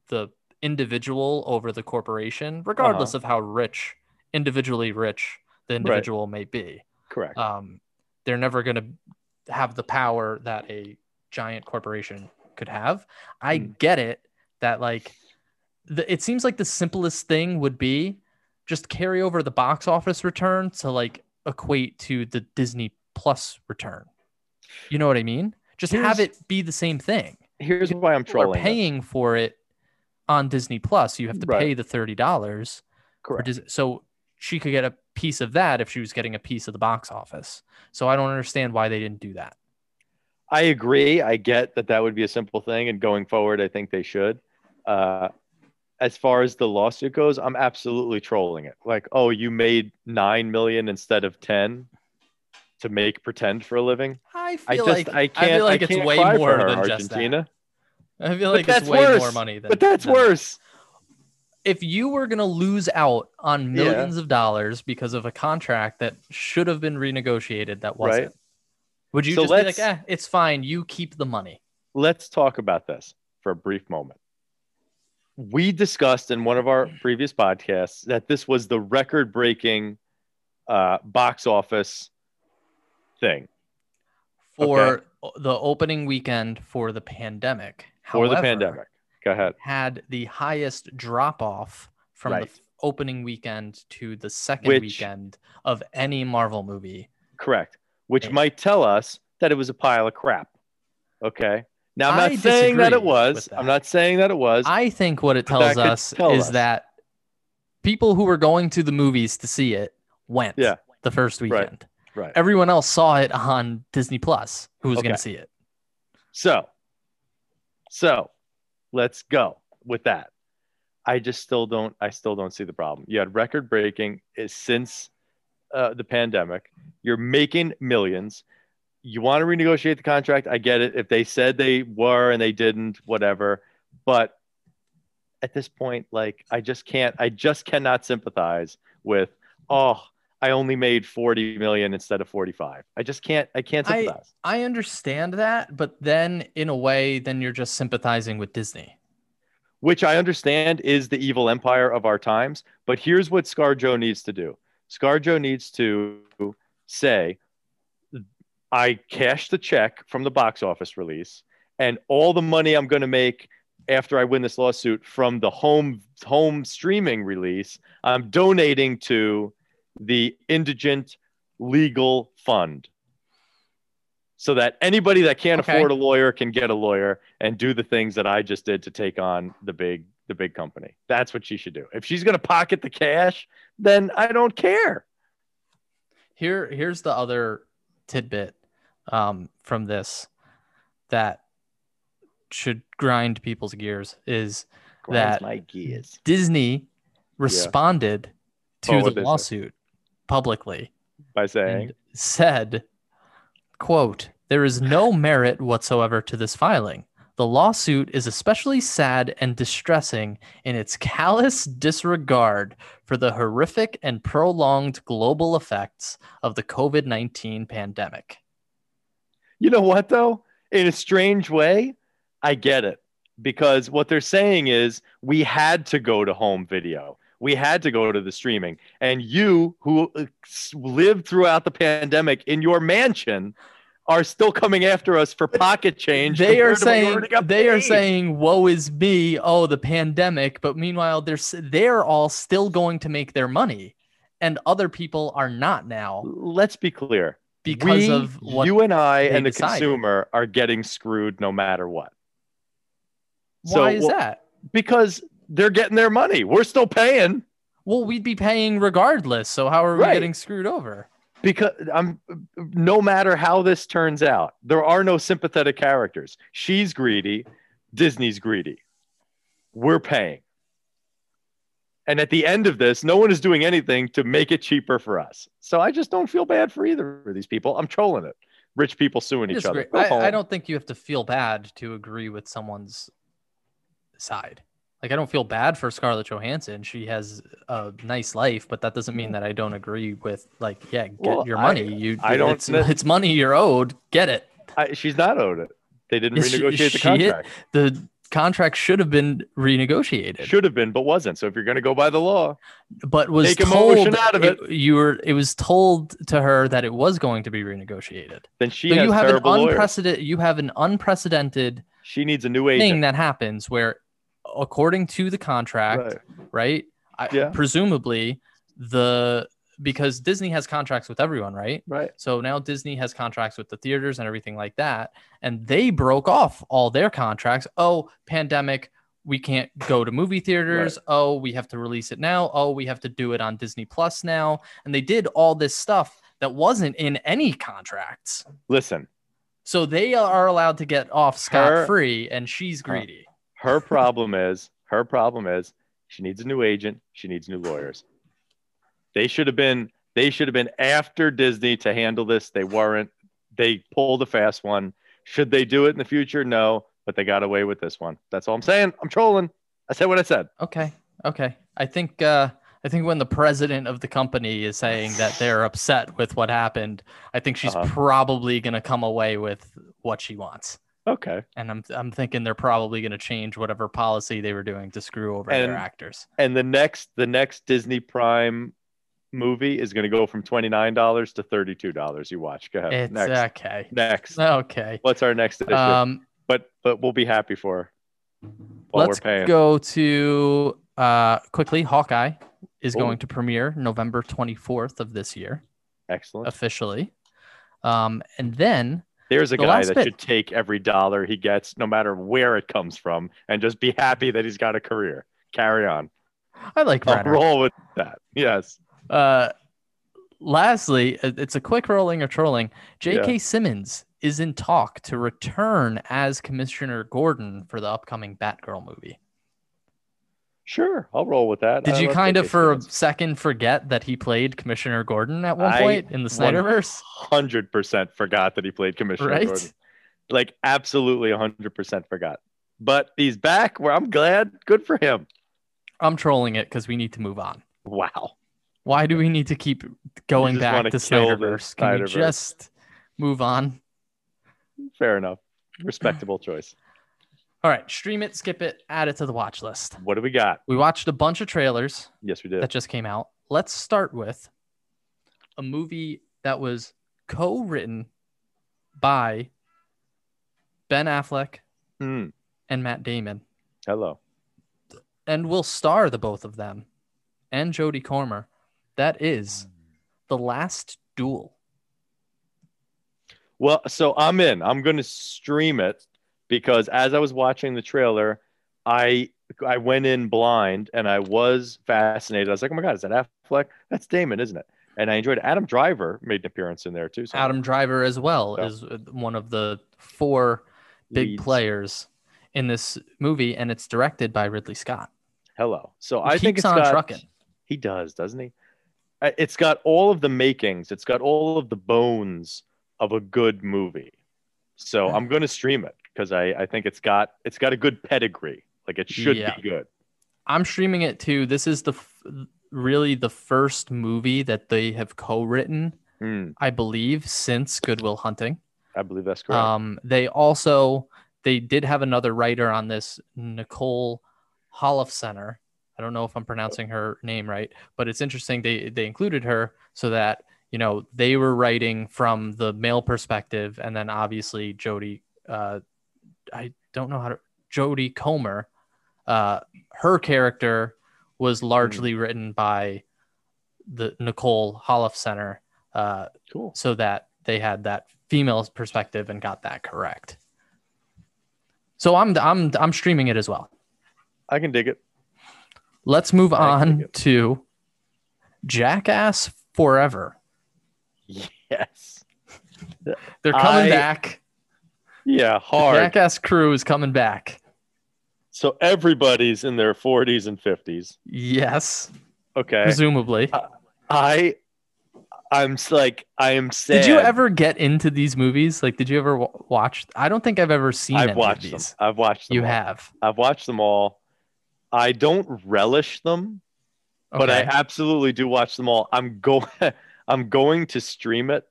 S1: the individual over the
S2: Uh-huh.
S1: corporation regardless of how rich individually rich the individual may be
S2: Correct.
S1: um, they're never going to have the power that a giant corporation could have. I
S2: Hmm.
S1: get it that like the, it seems like the simplest thing would be just carry over the box office return to like equate to the Disney Plus return. You know what I mean? Just have
S2: Here's-
S1: it be the same thing.
S2: Here's why I'm
S1: People are
S2: trolling. this.
S1: paying for it on Disney Plus. You have to
S2: Right.
S1: pay the thirty dollars or
S2: Correct.
S1: does it- so she could get a piece of that if she was getting a piece of the box office. So I don't understand why they didn't do that.
S2: I agree. I get that that would be a simple thing, and going forward, I think they should. Uh, as far as the lawsuit goes, I'm absolutely trolling it. Like, oh, you made nine million instead of ten to make pretend for a living.
S1: I feel
S2: I just
S1: like
S2: I can't.
S1: feel like
S2: I
S1: it's
S2: can't
S1: way
S2: cry for
S1: more
S2: her,
S1: than just that.
S2: Argentina.
S1: I feel
S2: But
S1: like it's
S2: that's
S1: way more
S2: worse.
S1: money than
S2: But that's
S1: than-
S2: worse.
S1: If you were gonna lose out on
S2: Yeah.
S1: millions of dollars because of a contract that should have been renegotiated that wasn't,
S2: Right.
S1: would you
S2: So
S1: just be like,
S2: let's-
S1: eh, it's fine, you keep the money.
S2: let's talk about this for a brief moment. We discussed in one of our previous podcasts that this was the record breaking uh, box office thing
S1: For
S2: Okay.
S1: the opening weekend for the pandemic.
S2: for the
S1: However,
S2: pandemic. Go ahead.
S1: had the highest drop off from the
S2: Right.
S1: f- opening weekend to the second
S2: Which-
S1: weekend of any Marvel movie.
S2: Correct. Which
S1: Okay.
S2: might tell us that it was a pile of crap. Okay. Now, I'm not
S1: I
S2: saying that it
S1: disagree
S2: was.
S1: with that.
S2: I'm not saying that it was.
S1: I think what it
S2: But
S1: tells
S2: that could
S1: us
S2: tell
S1: is
S2: us.
S1: that people who were going to the movies to see it went
S2: Yeah.
S1: the first
S2: Right.
S1: weekend.
S2: right.
S1: Everyone else saw it on Disney Plus who was going
S2: Okay.
S1: to see it.
S2: So, so let's go with that. I just still don't. I still don't see the problem. You had record breaking is since uh, the pandemic. You're making millions. You want to renegotiate the contract. I get it. If they said they were and they didn't, whatever. But at this point, like I just can't. I just cannot sympathize with. Oh, I only made forty million instead of forty-five. I just can't. I can't
S1: I-
S2: sympathize.
S1: I understand that, but then in a way, then you're just sympathizing with Disney.
S2: which I understand is the evil empire of our times. But here's what ScarJo needs to do ScarJo needs to say, I cashed the check from the box office release, and all the money I'm going to make after I win this lawsuit from the home home streaming release, I'm donating to the indigent legal fund. So that anybody that can't
S1: Okay.
S2: afford a lawyer can get a lawyer and do the things that I just did to take on the big the big company. That's what she should do. If she's going to pocket the cash, then I don't care.
S1: Here, here's the other tidbit um, from this that should grind people's gears is
S2: Grinds
S1: That-
S2: my gears.
S1: Disney responded
S2: Oh,
S1: to
S2: what'd
S1: the
S2: they say?
S1: lawsuit publicly
S2: by saying
S1: and said, "quote There is no merit whatsoever to this filing." The lawsuit is especially sad and distressing in its callous disregard for the horrific and prolonged global effects of the COVID 19 pandemic.
S2: You know what, though? In a strange way, I get it because what they're saying is we had to go to home video, we had to go to the streaming. And you, who uh, s- lived throughout the pandemic in your mansion, are still coming after us for pocket change.
S1: They are
S2: compared to what we
S1: saying
S2: already got
S1: they are
S2: paid.
S1: saying woe is me, oh the pandemic, but meanwhile they're s- they're all still going to make their money and other people are not now
S2: Let's be clear.
S1: because
S2: We,
S1: of what
S2: you and I
S1: they
S2: and the
S1: decided.
S2: consumer are getting screwed no matter what.
S1: why
S2: so
S1: is
S2: what-
S1: that?
S2: Because they're getting their money. We're still paying
S1: Well, we'd be paying regardless, so how are we
S2: Right.
S1: getting screwed over?
S2: because I'm no matter how this turns out, there are no sympathetic characters. She's greedy, Disney's greedy. We're paying. And at the end of this, no one is doing anything to make it cheaper for us. So I just don't feel bad for either of these people. I'm trolling it. Rich people suing each other.
S1: Disagree.
S2: Go
S1: I, I
S2: home.
S1: don't think you have to feel bad to agree with someone's side. Like I don't feel bad for Scarlett Johansson. She has a nice life, but that doesn't mean that I don't agree with like, yeah, get
S2: Mm. Well,
S1: your
S2: I-
S1: money. you
S2: I don't
S1: it's,
S2: ne-
S1: it's money you're owed. Get it.
S2: I, she's not owed it. They didn't
S1: Is she-
S2: renegotiate the
S1: she-
S2: contract.
S1: The contract should have been renegotiated.
S2: Should have been, but wasn't. So if you're going to go by the law,
S1: but was
S2: Make a
S1: told
S2: motion out of
S1: you were it was told to her that it was going to be renegotiated.
S2: then she
S1: So
S2: has
S1: you have an
S2: terrible lawyers.
S1: unprecedented you have an unprecedented
S2: She needs a new
S1: thing
S2: agent.
S1: that happens where according to the contract,
S2: Right.
S1: right? I,
S2: Yeah.
S1: Presumably, the because Disney has contracts with everyone, right?
S2: right.
S1: So now Disney has contracts with the theaters and everything like that, and they broke off all their contracts. Oh, pandemic, we can't go to movie theaters. Oh, we have to release it now. Oh, we have to do it on Disney Plus now. And they did all this stuff that wasn't in any contracts.
S2: Listen,
S1: So they are allowed to get off scot free, and she's
S2: Huh.
S1: greedy.
S2: her problem is her problem is she needs a new agent she needs new lawyers they should have been they should have been after disney to handle this they weren't they pulled a fast one should they do it in the future no but they got away with this one that's all i'm saying i'm trolling i said what i said
S1: Okay. Okay. I think uh I think when the president of the company is saying that they're upset with what happened, I think she's
S2: Uh-huh.
S1: probably going to come away with what she wants.
S2: okay
S1: And I'm I'm thinking they're probably going to change whatever policy they were doing to screw over
S2: And- uh,
S1: their actors.
S2: and the next the next disney prime movie is going to go from $29 to $32 you watch go ahead
S1: It's
S2: next
S1: okay.
S2: next
S1: Okay.
S2: what's our next issue
S1: Um
S2: but but we'll be happy for her while
S1: let's
S2: we're paying
S1: go to uh quickly Hawkeye is
S2: Ooh.
S1: going to premiere November 24th of this year
S2: excellent
S1: officially. Um and then
S2: There's a
S1: The
S2: guy
S1: last
S2: that
S1: bit.
S2: should take every dollar he gets, no matter where it comes from, and just be happy that he's got a career. Carry on.
S1: I like
S2: I'll
S1: Renner.
S2: roll with that. Yes.
S1: Uh, lastly, it- it's a quick rolling or trolling. J.K. Simmons is in talk to return as Commissioner Gordon for the upcoming Batgirl movie.
S2: Sure. I'll roll with that.
S1: Did
S2: I
S1: you
S2: love
S1: kind of
S2: J.K.
S1: for a
S2: Simmons.
S1: second forget that he played Commissioner Gordon at one
S2: I
S1: point in the Snyderverse?
S2: 100% forgot that he played Commissioner
S1: Right?
S2: Gordon? Like, absolutely 100% forgot. But he's back where I'm glad. Good for him.
S1: I'm trolling it because we need to move on.
S2: Wow.
S1: Why do we need to keep going
S2: just
S1: back
S2: wanna
S1: to
S2: kill the
S1: Snyderverse? Can we
S2: Snyderverse.
S1: just move on?
S2: Fair enough. Respectable choice.
S1: All right, stream it, skip it, add it to the watch list.
S2: What do we got?
S1: We watched a bunch of trailers.
S2: Yes, we did.
S1: that just came out. Let's start with a movie that was co-written by Ben Affleck
S2: Hmm.
S1: and Matt Damon,
S2: hello.
S1: and will star the both of them and Jodie Comer. That is the Last Duel.
S2: Well, so I'm in. I'm going to stream it because as I was watching the trailer, I I went in blind and I was fascinated. I was like, "Oh my god, is that Affleck? That's Damon, isn't it?" And I enjoyed. it. Adam Driver made an appearance in there too. So
S1: Adam Driver as well
S2: Yeah.
S1: is one of the four big
S2: Leads.
S1: players in this movie, and it's directed by Ridley Scott.
S2: Hello. So
S1: who
S2: I think
S1: keeps
S2: it's
S1: on
S2: got
S1: trucking.
S2: he does, doesn't he? Uh, It's got all of the makings. It's got all of the bones of a good movie. So
S1: Yeah.
S2: I'm going to stream it because I I think it's got it's got a good pedigree. Like it should
S1: Yeah.
S2: be good.
S1: I'm streaming it too. This is the f- really the first movie that they have co-written,
S2: Hmm.
S1: I believe, since Goodwill Hunting.
S2: I believe that's correct.
S1: Um, they also they did have another writer on this, Nicole Holof Center. I don't know if I'm pronouncing her name right, but it's interesting they they included her so that you know they were writing from the male perspective and then obviously jody uh, i don't know how to jody comer uh, her character was largely
S2: Hmm.
S1: written by the nicole holof center uh,
S2: Cool.
S1: so that they had that female perspective and got that correct so i'm i'm i'm streaming it as well
S2: I can dig it.
S1: Let's move
S2: I dig
S1: on to Jackass Forever.
S2: Yes.
S1: They're coming
S2: I-
S1: back.
S2: Yeah,
S1: The
S2: hard.
S1: Jackass crew is coming back.
S2: So everybody's in their 40s and 50s.
S1: Yes,
S2: Okay.
S1: presumably.
S2: I I'm s- like I am sad.
S1: Did you ever get into these movies? Like, did you ever w- watch? I don't think I've ever seen. any
S2: I've
S1: of
S2: watched them.
S1: these.
S2: I've watched them.
S1: You
S2: all.
S1: have.
S2: I've watched them all. I don't relish them, but I
S1: Okay.
S2: absolutely do watch them all. I'm going I'm going to stream it.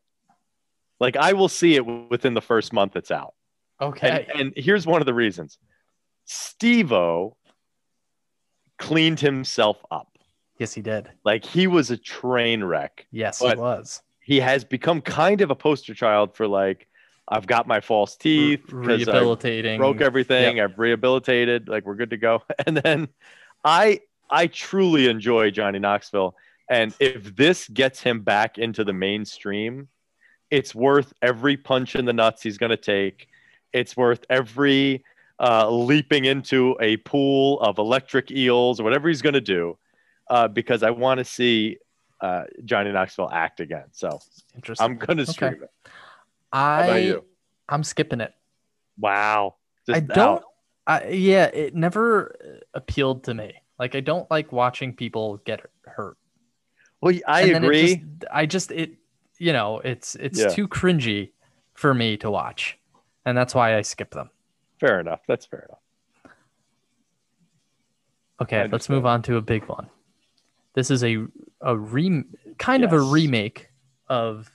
S2: Like I will see it w- within the first month it's out.
S1: okay.
S2: And, and here's one of the reasons. Stevo cleaned himself up.
S1: yes, he did.
S2: Like he was a train wreck.
S1: Yes,
S2: But-
S1: he was.
S2: He has become kind of a poster child for like I've got my false teeth
S1: R-
S2: 'cause I
S1: rehabilitating.
S2: broke everything. I've rehabilitated. Like we're good to go. And then I I truly enjoy Johnny Knoxville. And if this gets him back into the mainstream, it's worth every punch in the nuts he's going to take. It's worth every uh, leaping into a pool of electric eels or whatever he's going to do, uh, because I want to see uh, Johnny Knoxville act again. So
S1: Interesting.
S2: I'm going to stream it. How about
S1: I
S2: you?
S1: I'm skipping it.
S2: Wow.
S1: I
S2: Just
S1: don't.
S2: out.
S1: I, yeah, it never uh, appealed to me. Like I don't like watching people get hurt.
S2: Well, I
S1: And then it
S2: agree.
S1: just- I just it. You know, it's it's
S2: Yeah.
S1: too cringy for me to watch, and that's why I skip them.
S2: Fair enough. That's fair enough.
S1: Okay, let's
S2: understand.
S1: move on to a big one. This is a a re kind of a
S2: Yes.
S1: remake of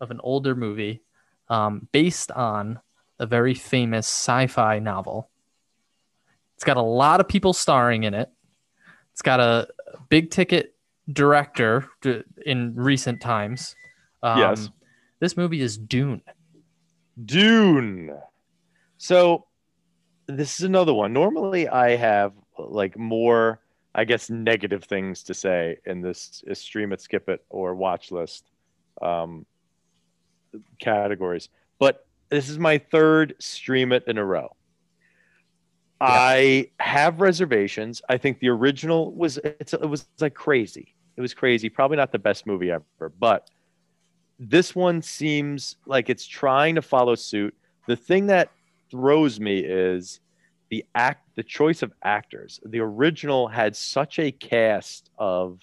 S1: of an older movie, um, based on a very famous sci-fi novel. It's got a lot of people starring in it. It's got a big ticket director d- in recent times. Um,
S2: Yes.
S1: This movie is Dune.
S2: Dune. So this is another one. Normally I have like more, I guess, negative things to say in this is stream it, skip it, or watch list um, categories. But this is my third stream it in a row. I have reservations. I think the original was it's, it was like crazy. It was crazy. Probably not the best movie ever, but this one seems like it's trying to follow suit. The thing that throws me is the act, the choice of actors. The original had such a cast of,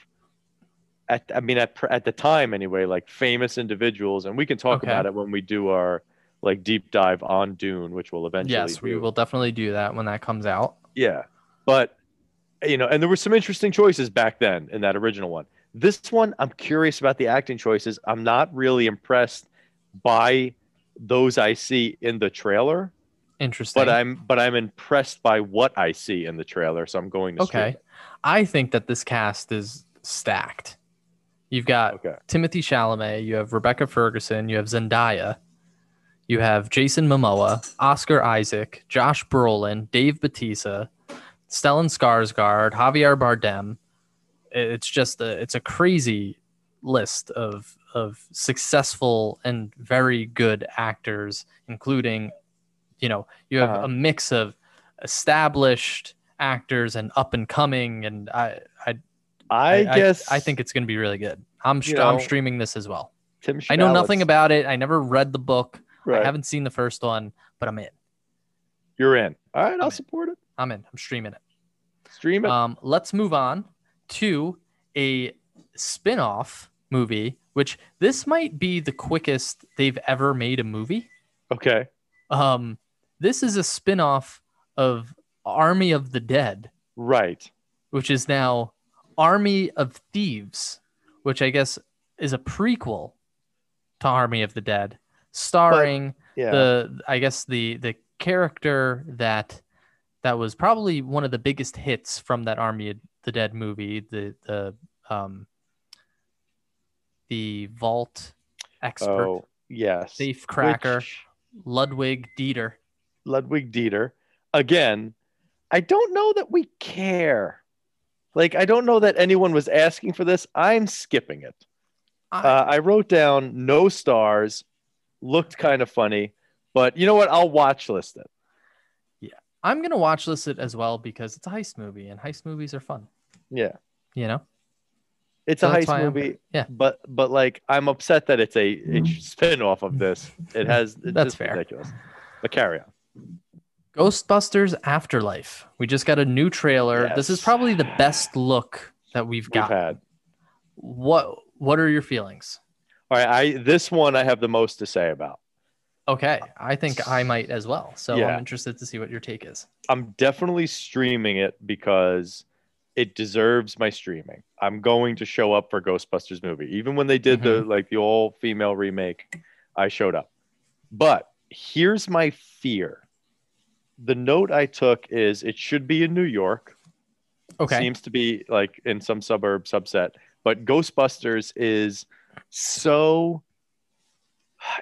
S2: at I mean, at pr- at the time anyway, like famous individuals, and we can talk
S1: Okay.
S2: about it when we do our like deep dive on Dune, which will eventually.
S1: Yes, we
S2: do.
S1: will definitely do that when that comes out.
S2: Yeah. But you know, and there were some interesting choices back then in that original one. This one, I'm curious about the acting choices. I'm not really impressed by those I see in the trailer,
S1: Interesting.
S2: but I'm but I'm impressed by what I see in the trailer. So I'm going to stream
S1: Okay.
S2: it.
S1: I think that this cast is stacked. You've got
S2: Okay.
S1: Timothy Chalamet, you have Rebecca Ferguson, you have Zendaya, you have Jason Momoa, Oscar Isaac, Josh Brolin, Dave Batista, Stellan Skarsgård, Javier Bardem. I- It's just a it's a crazy list of of successful and very good actors, including, you know, you have
S2: Uh-huh.
S1: a mix of established actors and up and coming, and I I
S2: I, guess
S1: I, think it's going to be really good. I'm
S2: you
S1: str- I'm
S2: know,
S1: streaming this as well.
S2: Tim
S1: I know
S2: Schmalz-
S1: nothing about it. I never read the book. I
S2: right.
S1: haven't seen the first one, but I'm in.
S2: You're in. All right,
S1: in.
S2: I'll support it.
S1: I'm in. I'm streaming it.
S2: Stream it.
S1: Um, let's move on to a spin-off movie, which this might be the quickest they've ever made a movie.
S2: okay.
S1: Um, this is a spin-off of Army of the Dead,
S2: Right.
S1: which is now Army of Thieves, which I guess is a prequel to Army of the Dead, starring
S2: Yeah.
S1: the I guess the the character that that was probably one of the biggest hits from that Army of the Dead movie, the the um the vault expert,
S2: Oh, yes.
S1: safe cracker,
S2: Which-
S1: Ludwig Dieter.
S2: Ludwig Dieter. Again, I don't know that we care. Like, I don't know that anyone was asking for this. I'm skipping it.
S1: I-
S2: Uh, I wrote down no stars, looked kind of funny, but you know what? I'll watch list it.
S1: I'm gonna watch list it as well because it's a heist movie and heist movies are fun.
S2: Yeah.
S1: You know,
S2: It's
S1: So
S2: a
S1: that's why
S2: heist
S1: I'm-
S2: movie,
S1: yeah.
S2: but but like I'm upset that it's a it's spin off of this. It has it's
S1: That's
S2: just
S1: fair.
S2: ridiculous. But carry on.
S1: Ghostbusters Afterlife. We just got a new trailer. This is
S2: Yes.
S1: probably the best look that we've
S2: We've
S1: got.
S2: had.
S1: What What are your feelings?
S2: All right, I this one I have the most to say about.
S1: Okay, I think I might as well. So
S2: Yeah.
S1: I'm interested to see what your take is.
S2: I'm definitely streaming it because it deserves my streaming. I'm going to show up for Ghostbusters movie. Even when they did
S1: Mm-hmm.
S2: the like the all female remake, I showed up. But here's my fear. The note I took is it should be in New York.
S1: Okay,
S2: Seems to be like in some suburb subset, but Ghostbusters is so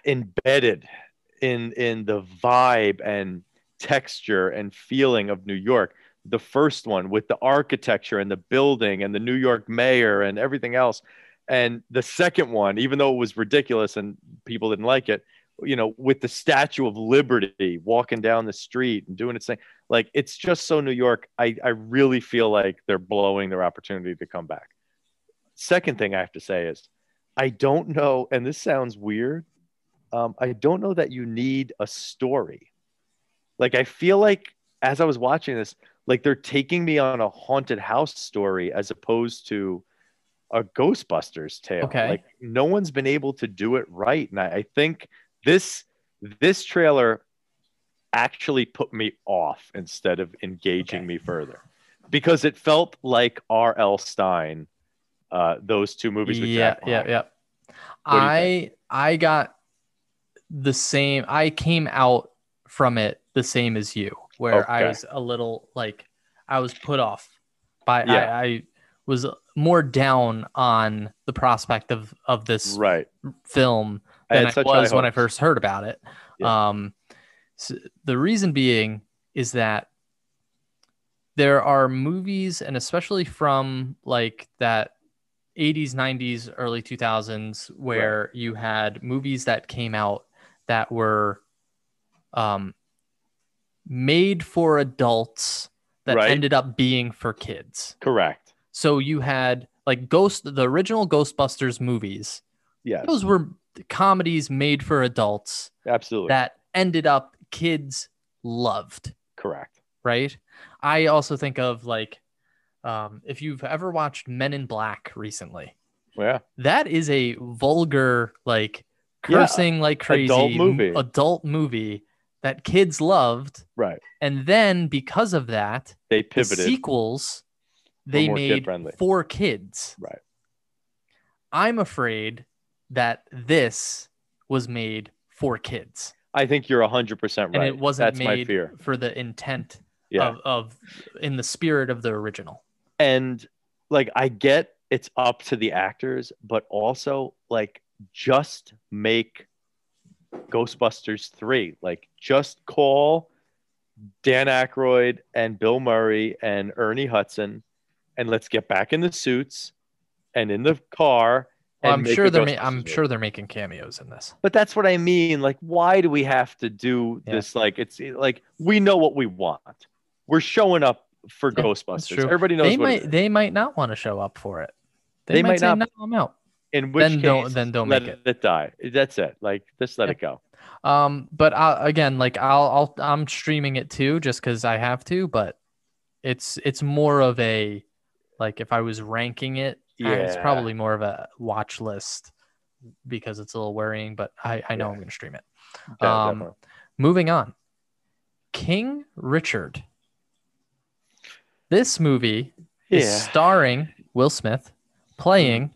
S2: embedded in in the vibe and texture and feeling of New York. The first one with the architecture and the building and the New York mayor and everything else. And the second one, even though it was ridiculous and people didn't like it, you know, with the Statue of Liberty walking down the street and doing its thing. Like it's just so New York. I, I really feel like they're blowing their opportunity to come back. Second thing I have to say is I don't know, and this sounds weird. Um, I don't know that you need a story. Like I feel like as I was watching this, like they're taking me on a haunted house story as opposed to a Ghostbusters tale.
S1: Okay.
S2: Like no one's been able to do it right, and I, I think this this trailer actually put me off instead of engaging
S1: Okay.
S2: me further because it felt like R.L. Stein. Uh, those two movies. with
S1: yeah,
S2: Jack
S1: yeah,
S2: Black.
S1: yeah.
S2: What do you
S1: I I got the same. I came out from it the same as you, where I
S2: Okay.
S1: was a little like I was put off by.
S2: Yeah.
S1: I, I was more down on the prospect of of this
S2: Right.
S1: film
S2: I
S1: than
S2: had
S1: I,
S2: such
S1: was
S2: high
S1: when I
S2: hopes.
S1: first heard about it. Um, s- the reason being is that there are movies, and especially from like that 80s, 90s, early 2000s, where you had movies that came out that were um, made for adults that
S2: Right.
S1: ended up being for kids.
S2: Correct.
S1: So you had like Ghost, the original Ghostbusters movies
S2: Yes.
S1: those were comedies made for adults
S2: Absolutely.
S1: that ended up kids loved
S2: Correct.
S1: right i also think of like um, if you've ever watched men in black recently
S2: Yeah.
S1: that is a vulgar like
S2: Yeah,
S1: cursing like crazy
S2: adult movie.
S1: m- adult movie that kids loved
S2: Right.
S1: and then because of that
S2: They
S1: the
S2: pivoted.
S1: sequels they
S2: more
S1: made
S2: kid-friendly.
S1: for kids.
S2: Right.
S1: I'm afraid that this was made for kids,
S2: I think you're 100% right.
S1: and it wasn't
S2: That's my
S1: made
S2: fear.
S1: for the intent
S2: Yeah.
S1: of, of in the spirit of the original.
S2: and like I get it's up to the actors, but also like just make Ghostbusters 3. Like just call Dan Aykroyd and Bill Murray and Ernie Hudson and let's get back in the suits and in the car.
S1: Well,
S2: and
S1: I'm
S2: make
S1: sure
S2: a
S1: they're ma-
S2: Ghostbusters
S1: I'm
S2: movie.
S1: sure they're making cameos in this.
S2: But that's what I mean. Like, why do we have to do
S1: Yeah.
S2: this? Like, it's like we know what we want. We're showing up for
S1: Yeah,
S2: Ghostbusters.
S1: true.
S2: Everybody knows
S1: They
S2: what it
S1: might
S2: is.
S1: they might not want to show up for it. They,
S2: They
S1: might,
S2: might
S1: say
S2: not.
S1: no, I'm out.
S2: In which
S1: Then
S2: case,
S1: don't- then don't
S2: let
S1: make it.
S2: die. That's it. Like, just let
S1: Yeah.
S2: it go.
S1: Um, but I, again, like I'll, I'll I'm streaming it too, just because I have to. But it's it's more of a like if I was ranking it, uh, it's
S2: Yeah.
S1: probably more of a watch list because it's a little worrying. But I I know
S2: Yeah.
S1: I'm gonna stream it.
S2: Yeah,
S1: um,
S2: definitely.
S1: Moving on, King Richard. This movie
S2: Yeah.
S1: is starring Will Smith, playing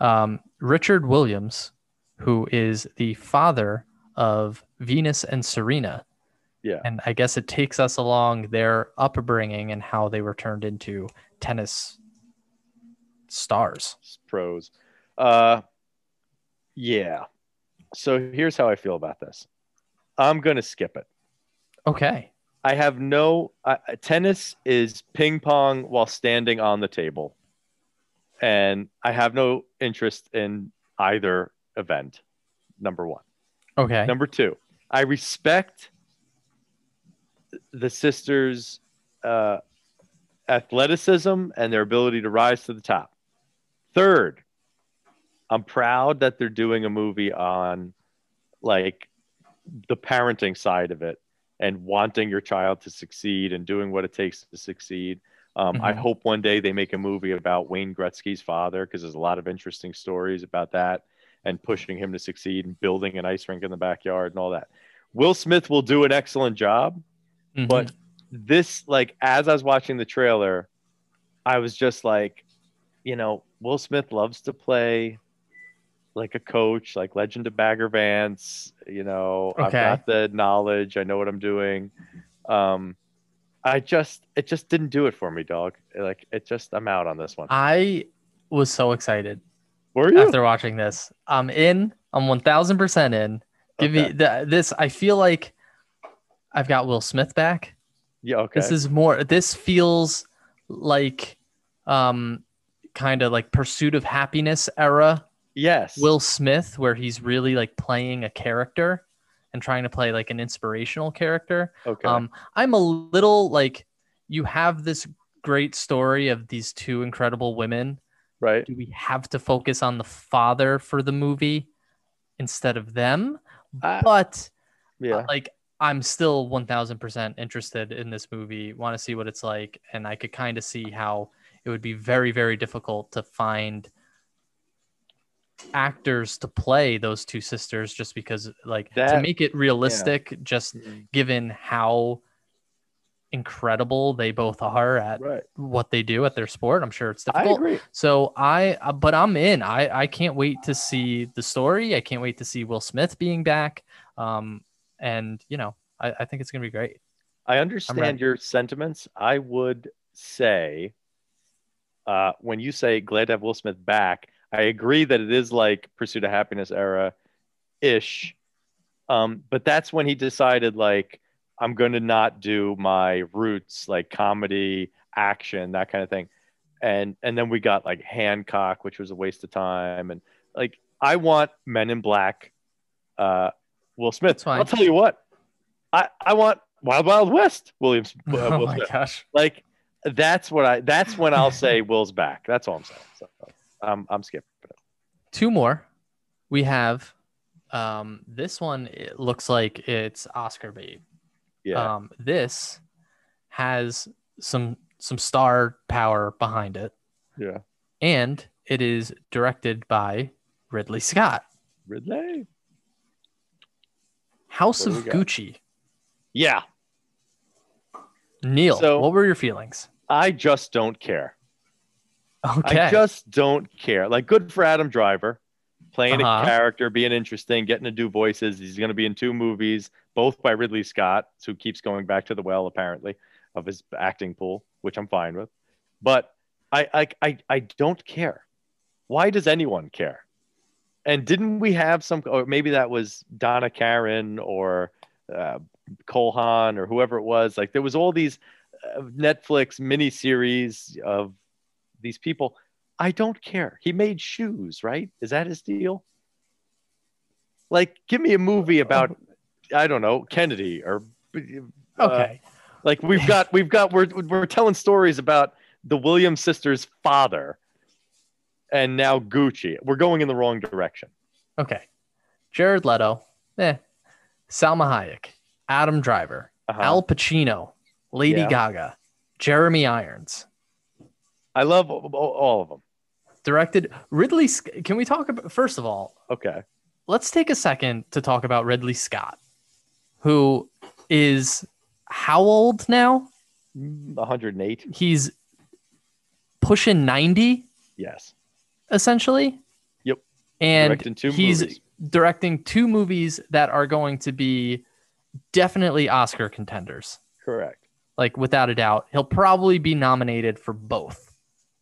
S1: um, Richard Williams, who is the father of Venus and Serena.
S2: Yeah.
S1: And I guess it takes us along their upbringing and how they were turned into tennis stars.
S2: It's pros. Uh, Yeah. So here's how I feel about this. I'm going to skip it.
S1: Okay.
S2: I have no uh, tennis is ping pong while standing on the table. And I have no interest in either event. Number 1.
S1: Okay.
S2: Number 2. I respect the sisters uh, athleticism and their ability to rise to the top. Third, I'm proud that they're doing a movie on like the parenting side of it and wanting your child to succeed and doing what it takes to succeed. Um, I
S1: Mhm.
S2: hope one day they make a movie about Wayne Gretzky's father because there's a lot of interesting stories about that and pushing him to succeed and building an ice rink in the backyard and all that. Will Smith will do an excellent job
S1: Mhm.
S2: but this like as i was watching the trailer i was just like you know will smith loves to play like a coach like legend of bagger vance you know i've
S1: Okay.
S2: got the knowledge i know what i'm doing um i just it just didn't do it for me dog like it just i'm out on this one
S1: I was so excited
S2: were you
S1: Uh, after watching this. I'm in. I'm 1000% in. Give me
S2: Okay.
S1: the, this. I feel like I've got Will Smith back.
S2: yeah okay
S1: This is more, this feels like um, kind of like Pursuit of Happiness era
S2: yes
S1: Will Smith, where he's really like playing a character and trying to play like an inspirational character.
S2: okay
S1: Um, I'm a little like, you have this great story of these two incredible women.
S2: right
S1: Do we have to focus on the father for the movie instead of them?
S2: I-
S1: But
S2: Ah, yeah
S1: like, I'm still 1000% interested in this movie, want to see what it's like. And I could kind of see how it would be very, very difficult to find actors to play those two sisters just because, like, to
S2: That-
S1: make it realistic, just given how incredible they both are at
S2: right
S1: what they do at their sport. I'm sure it's
S2: i
S1: difficult.
S2: agree
S1: so I, uh, but I'm in. I I can't wait to see the story. I can't wait to see Will Smith being back. Um, and you know, I, I think it's gonna be great.
S2: I understand your sentiments. I would say, uh, when you say glad to have Will Smith back, I agree that it is like Pursuit of Happiness era ish. Um, but that's when he decided, like, I'm going to not do my roots, like comedy, action, that kind of thing. And and then we got like Hancock, which was a waste of time. And like, I want Men in Black, uh, Will
S1: That's
S2: Smith.
S1: fine.
S2: I'll tell you what, I, I want Wild Wild West, Williams. uh,
S1: oh
S2: Will
S1: my
S2: Smith.
S1: gosh.
S2: Like that's what I. That's when I'll say Will's back. That's all I'm saying. So, I'm I'm skipping. it.
S1: Two more. We have um this one it looks like it's Oscar bait.
S2: Yeah.
S1: Um this has some some star power behind it.
S2: yeah.
S1: and it is directed by Ridley Scott.
S2: Ridley.
S1: House
S2: What do
S1: of
S2: we got?
S1: Gucci.
S2: Yeah.
S1: Neil,
S2: So-
S1: what were your feelings?
S2: I just don't care.
S1: Okay.
S2: I just don't care. Like good for Adam Driver, playing
S1: Uh-huh.
S2: a character, being interesting, getting to do voices. He's going to be in two movies, both by Ridley Scott, who keeps going back to the well apparently of his acting pool, which I'm fine with. But I I I, I don't care. Why does anyone care? And didn't we have some, or maybe that was Donna Karen or uh, Cole Haan or whoever it was. Like there was all these uh, Netflix miniseries of these people. I don't care. He made shoes, right? Is that his deal? Like, give me a movie
S1: Uh, um,
S2: about I don't know Kennedy or uh,
S1: okay.
S2: like we've got we've got we're we're telling stories about the Williams sisters' father, and now Gucci. We're going in the wrong direction.
S1: okay. Jared Leto. Eh. Salma Hayek. Adam Driver.
S2: Uh-huh.
S1: Al Pacino. Lady
S2: Yeah.
S1: Gaga. Jeremy Irons.
S2: I love all, all of them.
S1: Directed Ridley. Sc- Can we talk about, first of all,
S2: Okay,
S1: let's take a second to talk about Ridley Scott, who is how old now?
S2: 108.
S1: He's pushing 90.
S2: Yes,
S1: essentially.
S2: Yep.
S1: And
S2: Directing two
S1: he's
S2: movies.
S1: directing two movies that are going to be definitely Oscar contenders.
S2: correct.
S1: Like without a doubt, he'll probably be nominated for both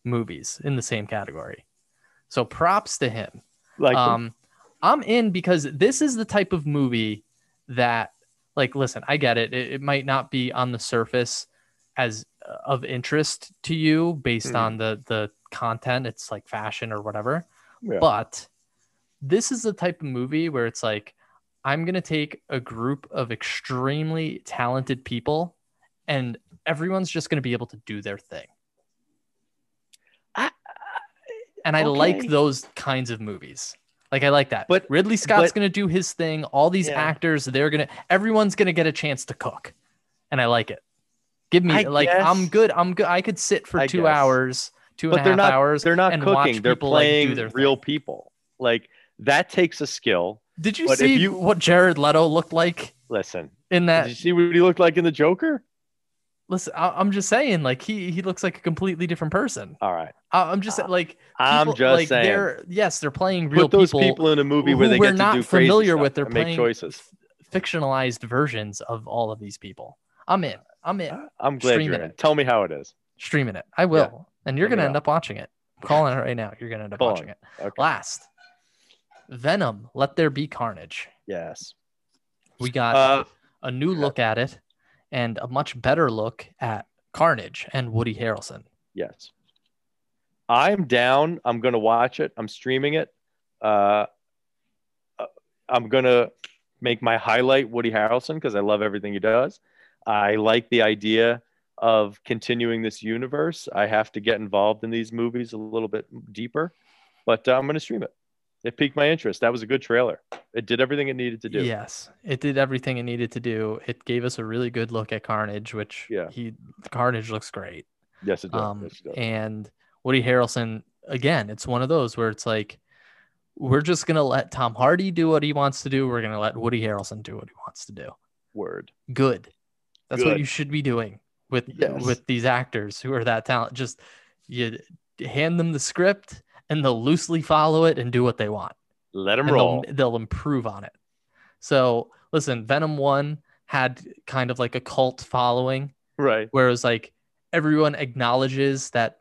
S1: movies in the same category. So props to him.
S2: Like
S1: um I'm in because this is the type of movie that, like, listen, I get it. It, it might not be on the surface as uh, of interest to you based
S2: Mhm.
S1: on the the content. It's like fashion or whatever.
S2: Yeah.
S1: But this is the type of movie where it's like, I'm gonna take a group of extremely talented people, and everyone's just gonna be able to do their thing.
S2: I-
S1: and I like
S2: okay.
S1: those kinds of movies. Like I like that.
S2: But-
S1: Ridley Scott's
S2: but-
S1: gonna do his thing. All these
S2: Yeah.
S1: actors, they're gonna everyone's gonna get a chance to cook. And I like it. Give me
S2: I
S1: like I'm
S2: guess.
S1: good. I'm good. I could sit for
S2: I
S1: two
S2: guess.
S1: hours, two and
S2: But
S1: a half
S2: they're not-
S1: hours.
S2: They're not
S1: and watch
S2: cooking. They're
S1: people, like, do
S2: playing
S1: their
S2: real
S1: thing.
S2: people. Like that takes a skill.
S1: Did you
S2: but if
S1: see
S2: you-
S1: what Jared Leto looked like
S2: Listen,
S1: in
S2: did
S1: that?
S2: you see what he looked like in the Joker?
S1: Listen, I, I'm just saying, like he he looks like a completely different person.
S2: All right.
S1: I, I'm just
S2: Uh,
S1: like
S2: I'm
S1: people-
S2: just
S1: like,
S2: saying.
S1: They're, yes, they're playing real
S2: Put those people, in a movie where
S1: who
S2: they
S1: we're
S2: get
S1: not
S2: to do crazy
S1: familiar
S2: stuff
S1: with. They're
S2: and
S1: playing
S2: make choices.
S1: fictionalized versions of all of these people. I'm in. I'm in.
S2: I'm glad
S1: streaming
S2: you're in.
S1: it.
S2: Tell me how it is.
S1: Streaming it. I will. And you're
S2: Let me
S1: gonna end
S2: know.
S1: up watching it. I'm calling it right now. You're gonna end up
S2: Calling.
S1: watching it.
S2: Okay.
S1: Last, Venom. Let there be carnage.
S2: Yes.
S1: We got
S2: Uh,
S1: a new look at it, and a much better look at Carnage and Woody Harrelson.
S2: yes. I'm down. I'm gonna watch it. I'm streaming it. Uh, uh, I'm gonna make my highlight Woody Harrelson because I love everything he does. I like the idea of continuing this universe. I have to get involved in these movies a little bit deeper, but uh, I'm gonna stream it. It piqued my interest. That was a good trailer. It did everything it needed to do.
S1: Yes, it did everything it needed to do. It gave us a really good look at Carnage, which
S2: Yeah.
S1: he Carnage looks great.
S2: Yes, it does.
S1: Um,
S2: Yes, it does.
S1: and Woody Harrelson, again, it's one of those where it's like, we're just going to let Tom Hardy do what he wants to do. We're going to let Woody Harrelson do what he wants to do.
S2: Word.
S1: Good. That's what
S2: Good.
S1: you should be doing with
S2: Yes.
S1: with these actors who are that talent. Just you hand them the script and they'll loosely follow it and do what they want.
S2: Let him
S1: and they'll-
S2: roll.
S1: They'll, improve on it. So listen, Venom 1 had kind of like a cult following
S2: Right.
S1: whereas like everyone acknowledges that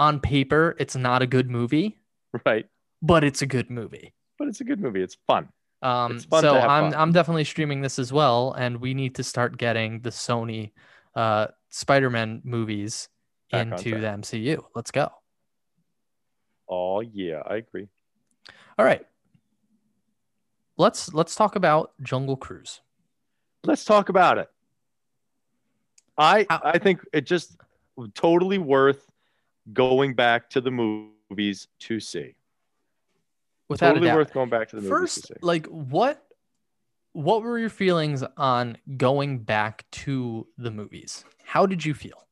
S1: on paper it's not a good movie
S2: Right.
S1: but it's a good movie
S2: But it's a good movie. It's fun.
S1: um
S2: It's fun
S1: so
S2: to have
S1: i'm
S2: fun.
S1: i'm definitely streaming this as well and we need to start getting the sony uh spider-man movies
S2: Back on
S1: into the mcu let's go
S2: Oh yeah, I agree.
S1: all right let's let's talk about jungle cruise
S2: Let's talk about it. I
S1: How-
S2: I think it just totally worth going back to the movies to see.
S1: without
S2: totally
S1: a doubt
S2: worth going back to the movies to
S1: first
S2: see.
S1: like what what were your feelings on going back to the movies how did you feel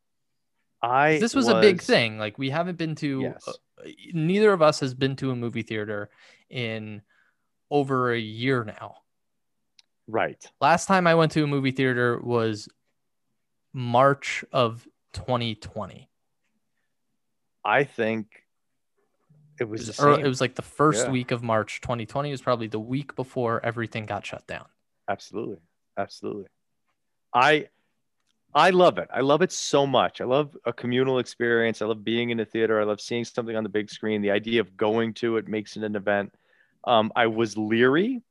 S2: I
S1: 'Cause this was, a big
S2: was-
S1: thing like we haven't been to
S2: Yes.
S1: uh, neither of us has been to a movie theater in over a year now
S2: Right.
S1: last time i went to a movie theater was march of 2020
S2: I think
S1: it
S2: it was,
S1: was,
S2: the
S1: ear-
S2: same.
S1: it was like the first
S2: Yeah.
S1: week of march 2020 it was probably the week before everything got shut down
S2: Absolutely. Absolutely. I I love it. I love it so much. I love a communal experience. I love being in a theater. I love seeing something on the big screen. The idea of going to it makes it an event. Um, I was leery.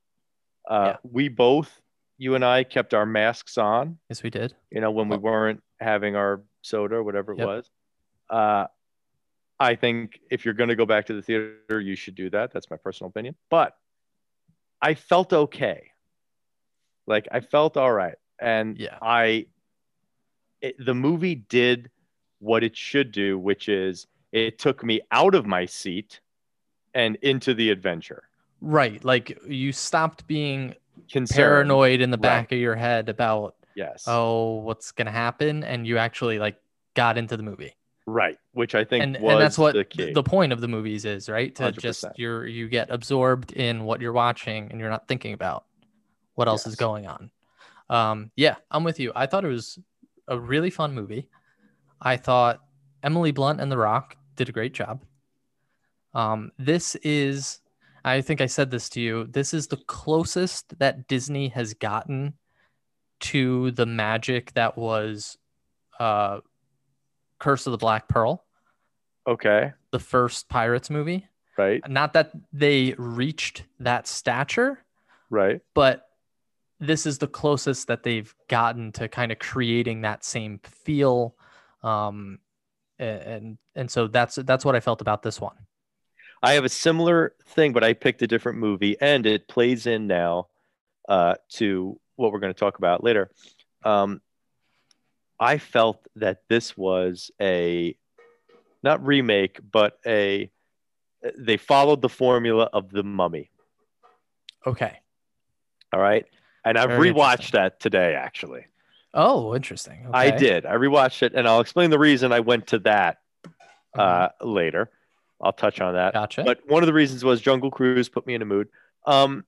S2: Uh,
S1: Yeah.
S2: We both, you and I, kept our masks on.
S1: yes we did
S2: You know, when we
S1: Oh.
S2: weren't having our soda or whatever it
S1: Yep.
S2: was. Uh, I think if you're going to go back to the theater, you should do that. That's my personal opinion. But I felt okay. Like I felt all right, and
S1: yeah
S2: I it, the movie did what it should do, which is it took me out of my seat and into the adventure.
S1: right like you stopped being
S2: Concerned.
S1: paranoid in the
S2: Right.
S1: back of your head about
S2: Yes.
S1: oh what's gonna happen and you actually like got into the movie
S2: Right. Which I think
S1: and
S2: was
S1: and that's what
S2: the
S1: the,
S2: key.
S1: the point of the movies is right to just
S2: 100%.
S1: you're you get absorbed in what you're watching and you're not thinking about what else is
S2: Yes.
S1: going on um yeah i'm with you i thought it was a really fun movie i thought emily blunt and the rock did a great job um this is i think i said this to you this is the closest that disney has gotten to the magic that was uh curse of the black pearl
S2: okay.
S1: the first pirates movie
S2: right,
S1: Not that they reached that stature,
S2: right.
S1: but this is the closest that they've gotten to kind of creating that same feel um a- and and so that's that's what i felt about this one
S2: I have a similar thing, but I picked a different movie, and it plays in now uh, to what we're going to talk about later. Um, I felt that this was a not remake, but a they followed the formula of the Mummy.
S1: okay
S2: All right, and I've
S1: Very
S2: rewatched
S1: interesting.
S2: that today. Actually,
S1: oh interesting
S2: I
S1: Okay.
S2: did. I rewatched it, and I'll explain the reason I went to that
S1: Mhm.
S2: uh, later. I'll touch on that.
S1: gotcha
S2: But one of the reasons was Jungle Cruise put me in a mood. Um,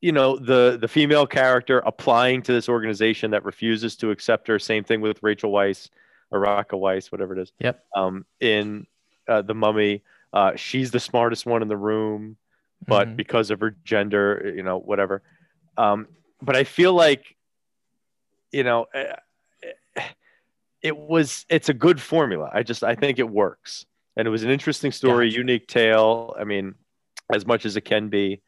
S2: you know, the the female character applying to this organization that refuses to accept her. Same thing with Rachel Weisz, Araka Weiss, whatever it is.
S1: Yep.
S2: Um, in uh, the Mummy, uh, she's the smartest one in the room, but
S1: Mhm.
S2: because of her gender, you know, whatever. Um, but I feel like, you know, eh, eh, it was it's a good formula. I just I think it works and it was an interesting story,
S1: Gotcha.
S2: unique tale. I mean, as much as it can be,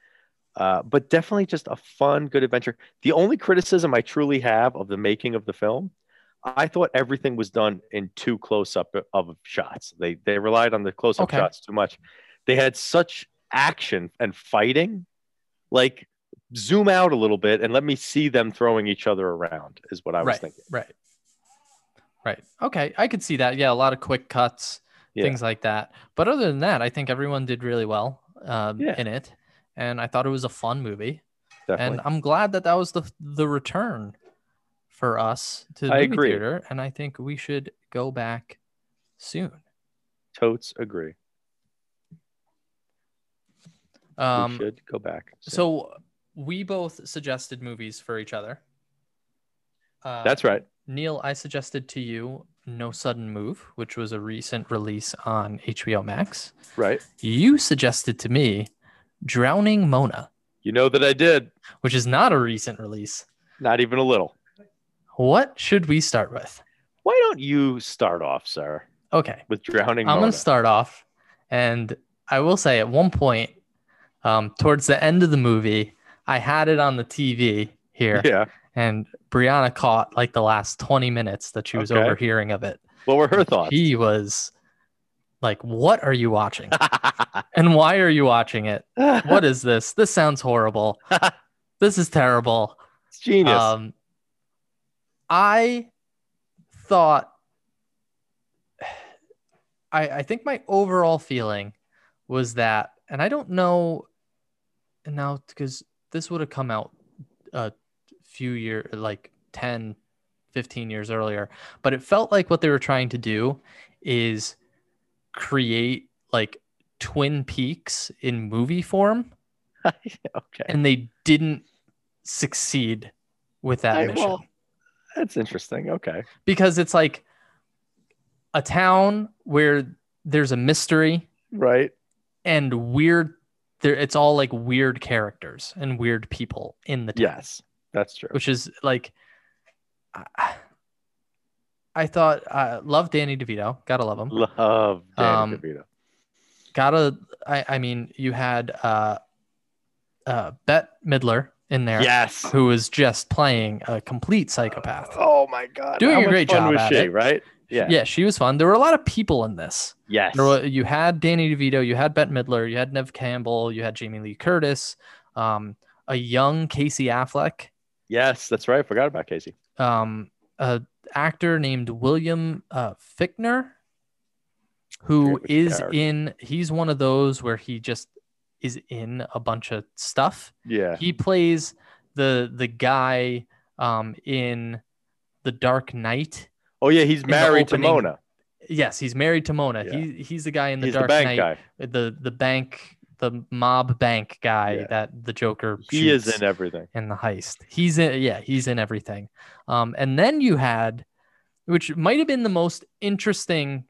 S2: uh, but definitely just a fun, good adventure. The only criticism I truly have of the making of the film, I thought everything was done in too close up of shots. They they relied on the close up
S1: Okay.
S2: shots too much. They had such action and fighting, like zoom out a little bit and let me see them throwing each other around is what I was
S1: right
S2: thinking.
S1: right right okay i could see that yeah a lot of quick cuts
S2: Yeah.
S1: things like that but other than that i think everyone did really well um,
S2: Yeah.
S1: in it and i thought it was a fun movie
S2: Definitely.
S1: and I'm glad that that was the the return for us to the
S2: I
S1: movie
S2: agree.
S1: theater, and I think we should go back soon.
S2: Totes agree. we
S1: Um,
S2: should go back. soon.
S1: so we both suggested movies for each other. Uh,
S2: that's right.
S1: Neil. I suggested to you No Sudden Move, which was a recent release on HBO Max.
S2: Right.
S1: You suggested to me Drowning Mona,
S2: You know that I did.
S1: which is not a recent release.
S2: Not even a little.
S1: What should we start with?
S2: Why don't you start off, sir,
S1: Okay.
S2: with drowning?
S1: I'm going
S2: Mona?
S1: to start off, and I will say at one point, um, towards the end of the movie, I had it on the TV here,
S2: Yeah.
S1: and Brianna caught like the last 20 minutes that she was
S2: Okay.
S1: overhearing of it.
S2: What were her thoughts?
S1: He was like, "What are you watching? and why are you watching it? What is this? This sounds horrible. this is terrible."
S2: It's genius.
S1: Um, I thought, I, I think my overall feeling was that, and I don't know now because this would have come out a few year, like 10, 15 years earlier, but it felt like what they were trying to do is create like Twin Peaks in movie form,
S2: okay.
S1: and they didn't succeed with that
S2: I-
S1: mission
S2: well- That's interesting. Okay.
S1: because it's like a town where there's a mystery
S2: Right.
S1: and weird there it's all like weird characters and weird people in the town
S2: Yes. That's true.
S1: which is like I, I thought I love Danny DeVito gotta love him
S2: Love Danny
S1: Um,
S2: DeVito.
S1: gotta I, I mean you had uh uh Bette Midler in there
S2: Yes.
S1: who was just playing a complete psychopath
S2: Oh my God.
S1: Doing
S2: How
S1: a
S2: much
S1: great
S2: fun
S1: job
S2: Was
S1: at
S2: she?
S1: it.
S2: Right. Yeah.
S1: yeah she was fun there were a lot of people in this
S2: Yes.
S1: There were- you had Danny DeVito, you had Bette Midler, you had Nev Campbell, you had Jamie Lee Curtis, um, a young Casey Affleck,
S2: Yes. That's right. I forgot about Casey.
S1: um, an actor named William uh, Fickner, who
S2: Forget which
S1: is
S2: character.
S1: in, he's one of those where he just is in a bunch of stuff.
S2: Yeah.
S1: He plays the the guy um, in The Dark Knight.
S2: Oh yeah. He's
S1: the
S2: married to
S1: opening-
S2: Mona.
S1: Yes, he's married to Mona.
S2: Yeah.
S1: He, he's the guy in The
S2: he's
S1: Dark
S2: the bank
S1: Knight.
S2: guy.
S1: the the bank the mob bank guy
S2: Yeah.
S1: that the joker
S2: He is
S1: shoots
S2: in everything.
S1: in the heist he's in yeah he's in everything um and then you had which might have been the most interesting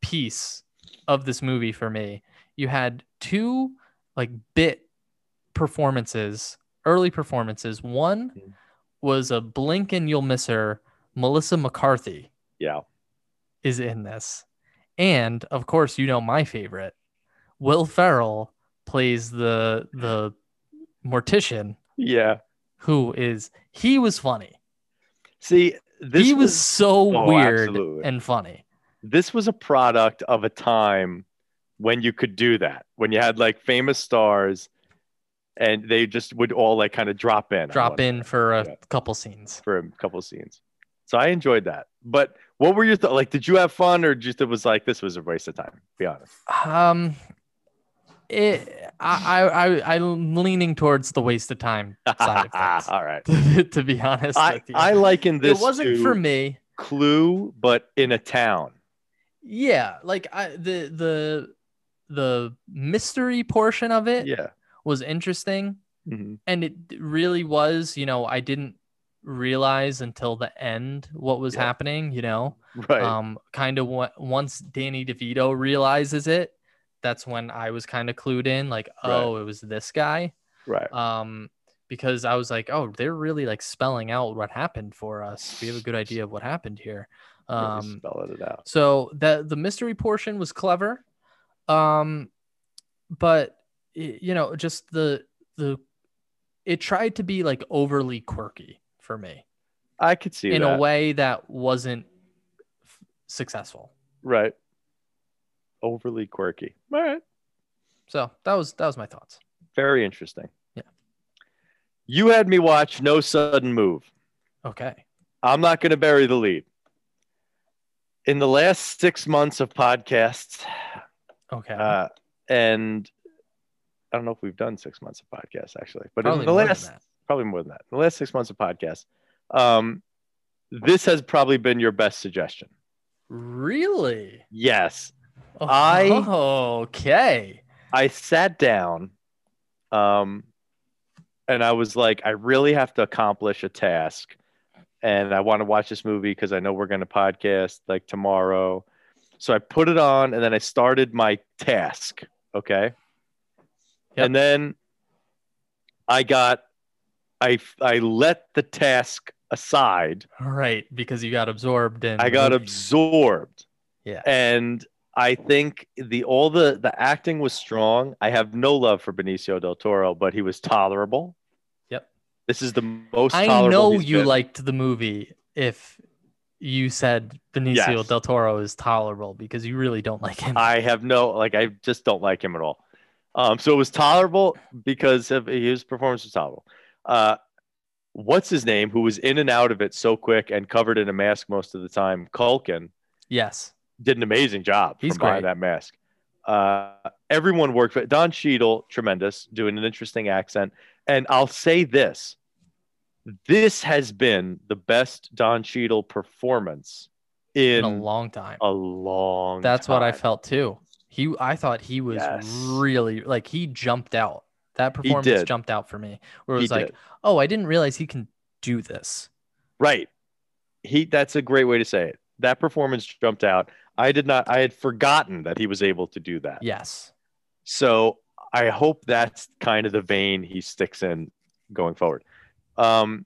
S1: piece of this movie for me you had two like bit performances early performances one
S2: Mhm.
S1: was a blink and you'll miss her melissa mccarthy
S2: Yeah.
S1: is in this and of course you know my favorite Will Ferrell plays the the mortician
S2: Yeah.
S1: who is he was funny.
S2: See, this
S1: he was,
S2: was
S1: so
S2: oh,
S1: weird
S2: absolutely.
S1: and funny.
S2: this was a product of a time when you could do that when you had like famous stars and they just would all like kind of drop in on
S1: Drop
S2: one
S1: in for a
S2: Yeah.
S1: couple scenes.
S2: for a couple scenes so i enjoyed that but what were your thoughts like did you have fun or just it was like this was a waste of time be honest
S1: Um, it I I I- I'm leaning towards the waste of time side of
S2: all right
S1: things. to be honest,
S2: I,
S1: with you.
S2: I liken this
S1: it wasn't
S2: to
S1: for me.
S2: clue but in a town
S1: Yeah, like I the the the mystery portion of it
S2: yeah
S1: was interesting,
S2: Mhm.
S1: and it really was. You know, I didn't realize until the end what was
S2: Yeah.
S1: happening. You know,
S2: right
S1: um kind of what once danny devito realizes it that's when i was kind of clued in like
S2: Right.
S1: oh it was this guy
S2: right
S1: um because i was like oh they're really like spelling out what happened for us we have a good idea of what happened here
S2: um
S1: um
S2: spell it out
S1: so the the mystery portion was clever um but y- you know just the the it tried to be like overly quirky for me
S2: i could see
S1: in
S2: that.
S1: a way that wasn't f- successful
S2: right overly quirky all right
S1: So that was that was my thoughts.
S2: Very interesting.
S1: Yeah.
S2: You had me watch No Sudden Move.
S1: Okay.
S2: I'm not going to bury the lead. In the last six months of podcasts,
S1: Okay.
S2: uh, and I don't know if we've done six months of podcasts actually, but in the
S1: more than
S2: last
S1: that.
S2: probably more than that, in the last six months of podcasts, um, this has probably been your best suggestion.
S1: Really?
S2: Yes,
S1: Oh,
S2: I-
S1: okay.
S2: I sat down, um, and I was like, I really have to accomplish a task, and I want to watch this movie because I know we're going to podcast like tomorrow. So I put it on, and then I started my task. Okay,
S1: Yep.
S2: and then I got, I I let the task aside.
S1: All right, because you got absorbed and
S2: I got absorbed.
S1: Yeah.
S2: And I think the all the the acting was strong. I have no love for Benicio del Toro, but he was tolerable.
S1: Yep.
S2: This is the most
S1: I
S2: tolerable
S1: know
S2: he's
S1: you
S2: been.
S1: liked the movie if you said Benicio
S2: Yes.
S1: del Toro is tolerable because you really don't like him.
S2: I have no like I just don't like him at all. Um so it was tolerable because of his performance was tolerable. Uh what's his name who was in and out of it so quick and covered in a mask most of the time, Culkin.
S1: yes.
S2: did an amazing job.
S1: He's
S2: from behind
S1: great.
S2: That mask. Uh, everyone worked. But Don Cheadle, tremendous, doing an interesting accent. And I'll say this: this has been the best Don Cheadle performance
S1: In,
S2: in
S1: a long time.
S2: a long
S1: That's what I
S2: time.
S1: felt too. He I thought he was
S2: Yes.
S1: really like he jumped out. That performance
S2: did.
S1: jumped out for me. Where it
S2: He
S1: was like,
S2: did.
S1: "Oh, I didn't realize he can do this."
S2: Right. He. That's a great way to say it. That performance jumped out. I did not. I had forgotten that he was able to do that.
S1: Yes.
S2: So I hope that's kind of the vein he sticks in going forward. Um,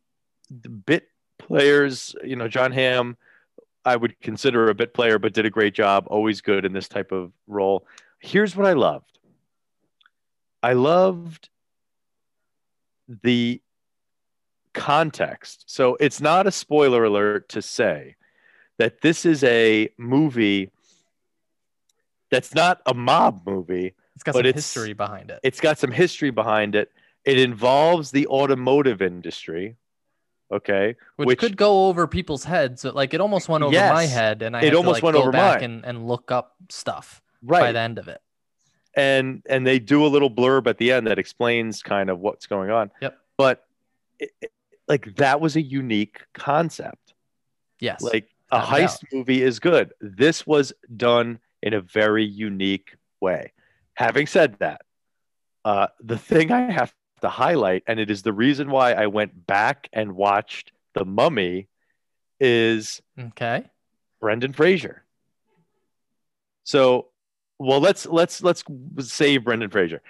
S2: the bit players, you know, John Hamm, I would consider a bit player, but did a great job. Always good in this type of role. Here's what I loved. I loved the context. So it's not a spoiler alert to say that this is a movie that's not a mob movie.
S1: It's got
S2: But
S1: some
S2: it's-
S1: history behind it.
S2: It's got some history behind it. It involves the automotive industry. Okay.
S1: which,
S2: which-
S1: could go over people's heads. but, Like it almost went over my
S2: Yes.
S1: head, and I
S2: It
S1: had
S2: almost
S1: to, like,
S2: went
S1: go
S2: over
S1: back
S2: mine.
S1: and, and look up stuff by
S2: Right.
S1: the end of it.
S2: and and they do a little blurb at the end that explains kind of what's going on.
S1: Yep.
S2: But it, it- like that was a unique concept.
S1: Yes,
S2: Like a
S1: Without a
S2: heist movie is good. This was done in a very unique way. Having said that, uh, the thing I have to highlight, and it is the reason why I went back and watched The Mummy, is
S1: okay,
S2: Brendan Fraser. So, well, let's let's let's save Brendan Fraser.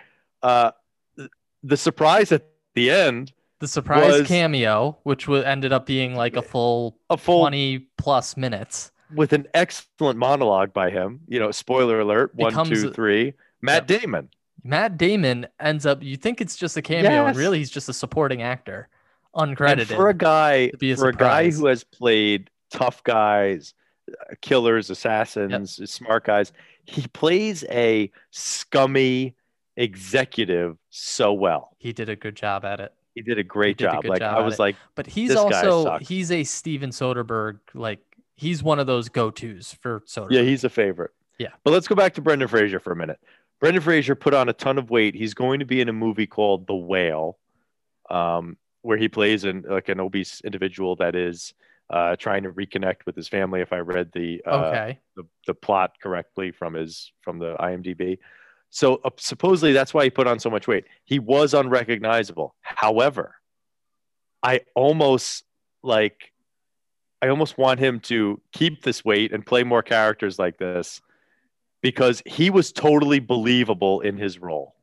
S2: Uh, th- the surprise at the end,
S1: the surprise
S2: was-
S1: cameo, which wa- ended up being like a full
S2: a full
S1: twenty plus minutes,
S2: with an excellent monologue by him. You know, spoiler alert: one,
S1: Becomes-
S2: two, three. Matt Damon.
S1: Matt Damon ends up. You think it's just a cameo, and
S2: Yes.
S1: really he's just a supporting actor,
S2: And
S1: uncredited.
S2: for a guy
S1: to be a
S2: for a guy
S1: surprise.
S2: who has played tough guys, uh, killers, assassins, smart guys, he plays a scummy executive so well.
S1: he did a good job at it,
S2: He did a great
S1: did a
S2: job.
S1: good
S2: like
S1: job
S2: I
S1: at
S2: was
S1: it.
S2: like,
S1: but he's
S2: This guy
S1: also
S2: sucks.
S1: he's a Steven Soderbergh. Like he's one of those go tos for Soderbergh.
S2: yeah, he's a favorite.
S1: Yeah.
S2: But let's go back to Brendan Fraser for a minute. Brendan Fraser put on a ton of weight. He's going to be in a movie called The Whale, um, where he plays an like an obese individual that is uh, trying to reconnect with his family. If I read the uh,
S1: okay.
S2: the, the plot correctly from his from the IMDb. So uh, supposedly that's why he put on so much weight. He was unrecognizable. However, I almost like I almost want him to keep this weight and play more characters like this because he was totally believable in his role.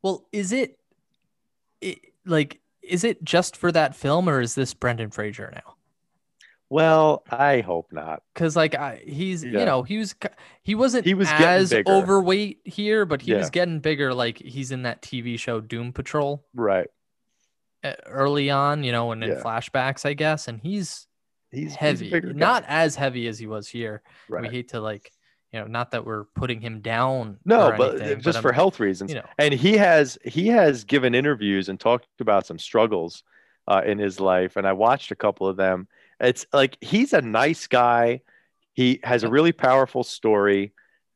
S1: Well, is it, it like is it just for that film, or is this Brendan Fraser now?
S2: Well, I hope not.
S1: because like I, he's
S2: Yeah.
S1: you know he was ki- he wasn't
S2: He was getting
S1: as
S2: bigger.
S1: overweight here but he
S2: Yeah.
S1: was getting bigger like he's in that tv show doom patrol
S2: Right.
S1: uh, early on you know and in
S2: Yeah.
S1: flashbacks i guess and he's,
S2: He's he's a
S1: heavy
S2: bigger guy.
S1: not as heavy as he was here we
S2: right.
S1: hate to like you know not that we're putting him down
S2: No,
S1: or
S2: but uh,
S1: anything,
S2: just
S1: I'm-
S2: for health reasons.
S1: you know
S2: and he has he has given interviews and talked about some struggles uh, in his life and i watched a couple of them it's like he's a nice guy he has a really powerful story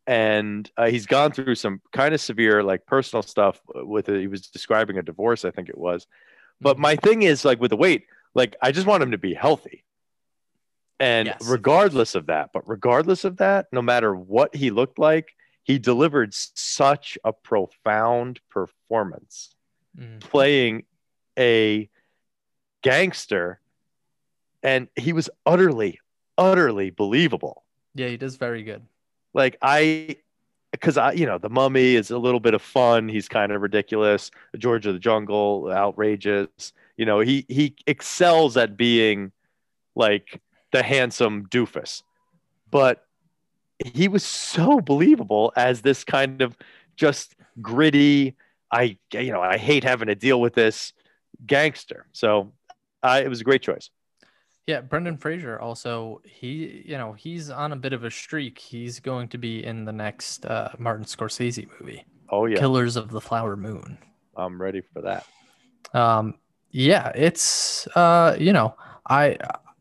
S2: and uh, he's gone through some kind of severe like personal stuff uh, with he was describing a divorce i think it was but
S1: Mm-hmm.
S2: my thing is like with the weight like i just want him to be healthy and
S1: Yes, of course.
S2: regardless of that but regardless of that no matter what he looked like he delivered s- such a profound performance
S1: mm,
S2: playing a gangster and he was utterly utterly believable
S1: yeah he does very good
S2: like i because i you know the mummy is a little bit of fun he's kind of ridiculous george of the jungle outrageous you know he he excels at being like the handsome doofus but he was so believable as this kind of just gritty i you know i hate having to deal with this gangster so I, it was a great choice
S1: Yeah, Brendan Fraser also he you know he's on a bit of a streak. He's going to be in the next uh, Martin Scorsese movie,
S2: oh yeah
S1: Killers of the Flower Moon.
S2: i'm ready for that
S1: Um, yeah, it's uh, you know I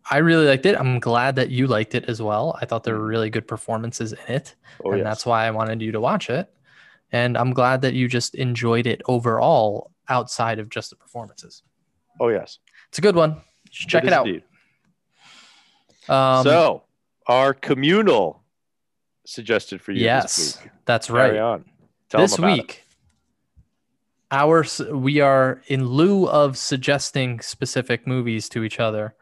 S1: I really liked it. I'm glad that you liked it as well. I thought there were really good performances in it,
S2: oh
S1: and
S2: yes.
S1: that's why I wanted you to watch it. And I'm glad that you just enjoyed it overall outside of just the performances.
S2: oh yes
S1: It's a good one. You should Check it,
S2: is
S1: out.
S2: indeed.
S1: Um,
S2: so our communal suggested for you this
S1: yes,
S2: week.
S1: that's
S2: Carry
S1: right.
S2: on. Tell
S1: this
S2: them about it.
S1: week, our s- we are in lieu of suggesting specific movies to each other,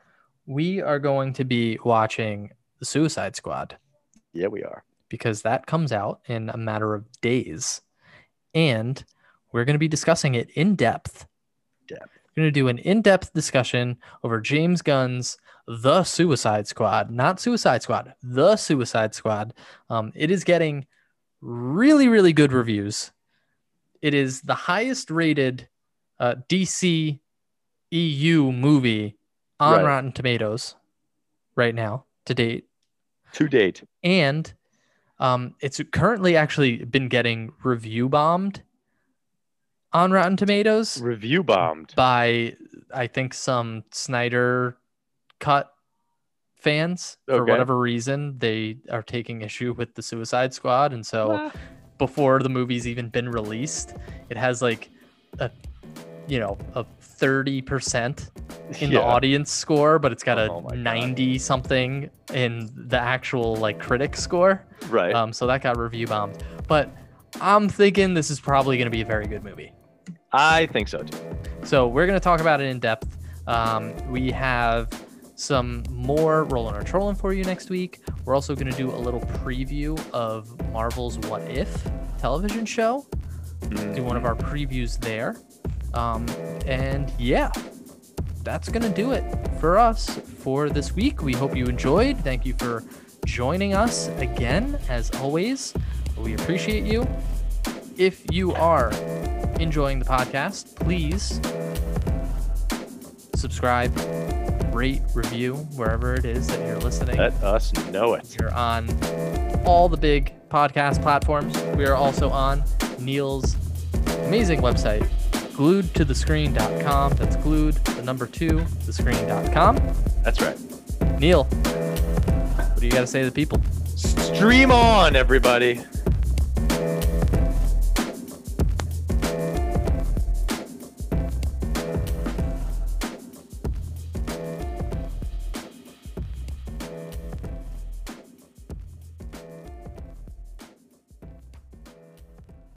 S1: we are going to be watching The Suicide Squad
S2: Yeah, we are.
S1: because that comes out in a matter of days, and we're going to be discussing it in depth.
S2: Depth.
S1: We're going to do an in-depth discussion over James Gunn's The Suicide Squad, not Suicide Squad, The Suicide Squad. Um, it is getting really, really good reviews. It is the highest rated uh, DC EU movie on
S2: Right.
S1: Rotten Tomatoes right now to date
S2: To date.
S1: and um, it's currently actually been getting review bombed on Rotten Tomatoes
S2: Review bombed.
S1: by I think some Snyder cut fans for
S2: Okay.
S1: whatever reason they are taking issue with the Suicide Squad and so before the movie's even been released it has like a you know a 30% in the
S2: Yeah.
S1: audience score but it's got a
S2: Oh my God.
S1: 90 something in the actual like critic score
S2: Right.
S1: um, so that got review bombed. But I'm thinking this is probably going to be a very good movie.
S2: I think so too.
S1: So we're going to talk about it in depth. Um, we have some more rolling or trolling for you next week. We're also going to do a little preview of Marvel's What If television show.
S2: Mm.
S1: Do one of our previews there. Um, and yeah, that's going to do it for us for this week. We hope you enjoyed. Thank you for joining us again, as always. We appreciate you. if you are enjoying the podcast, please subscribe, rate, review wherever it is that you're listening.
S2: Let us know it.
S1: You're on all the big podcast platforms. We are also on Neil's amazing website, gluedtothescreen.com. That's glued, the number two, the screen.com.
S2: That's right.
S1: Neil, what do you got to say to the people?
S2: Stream on, everybody.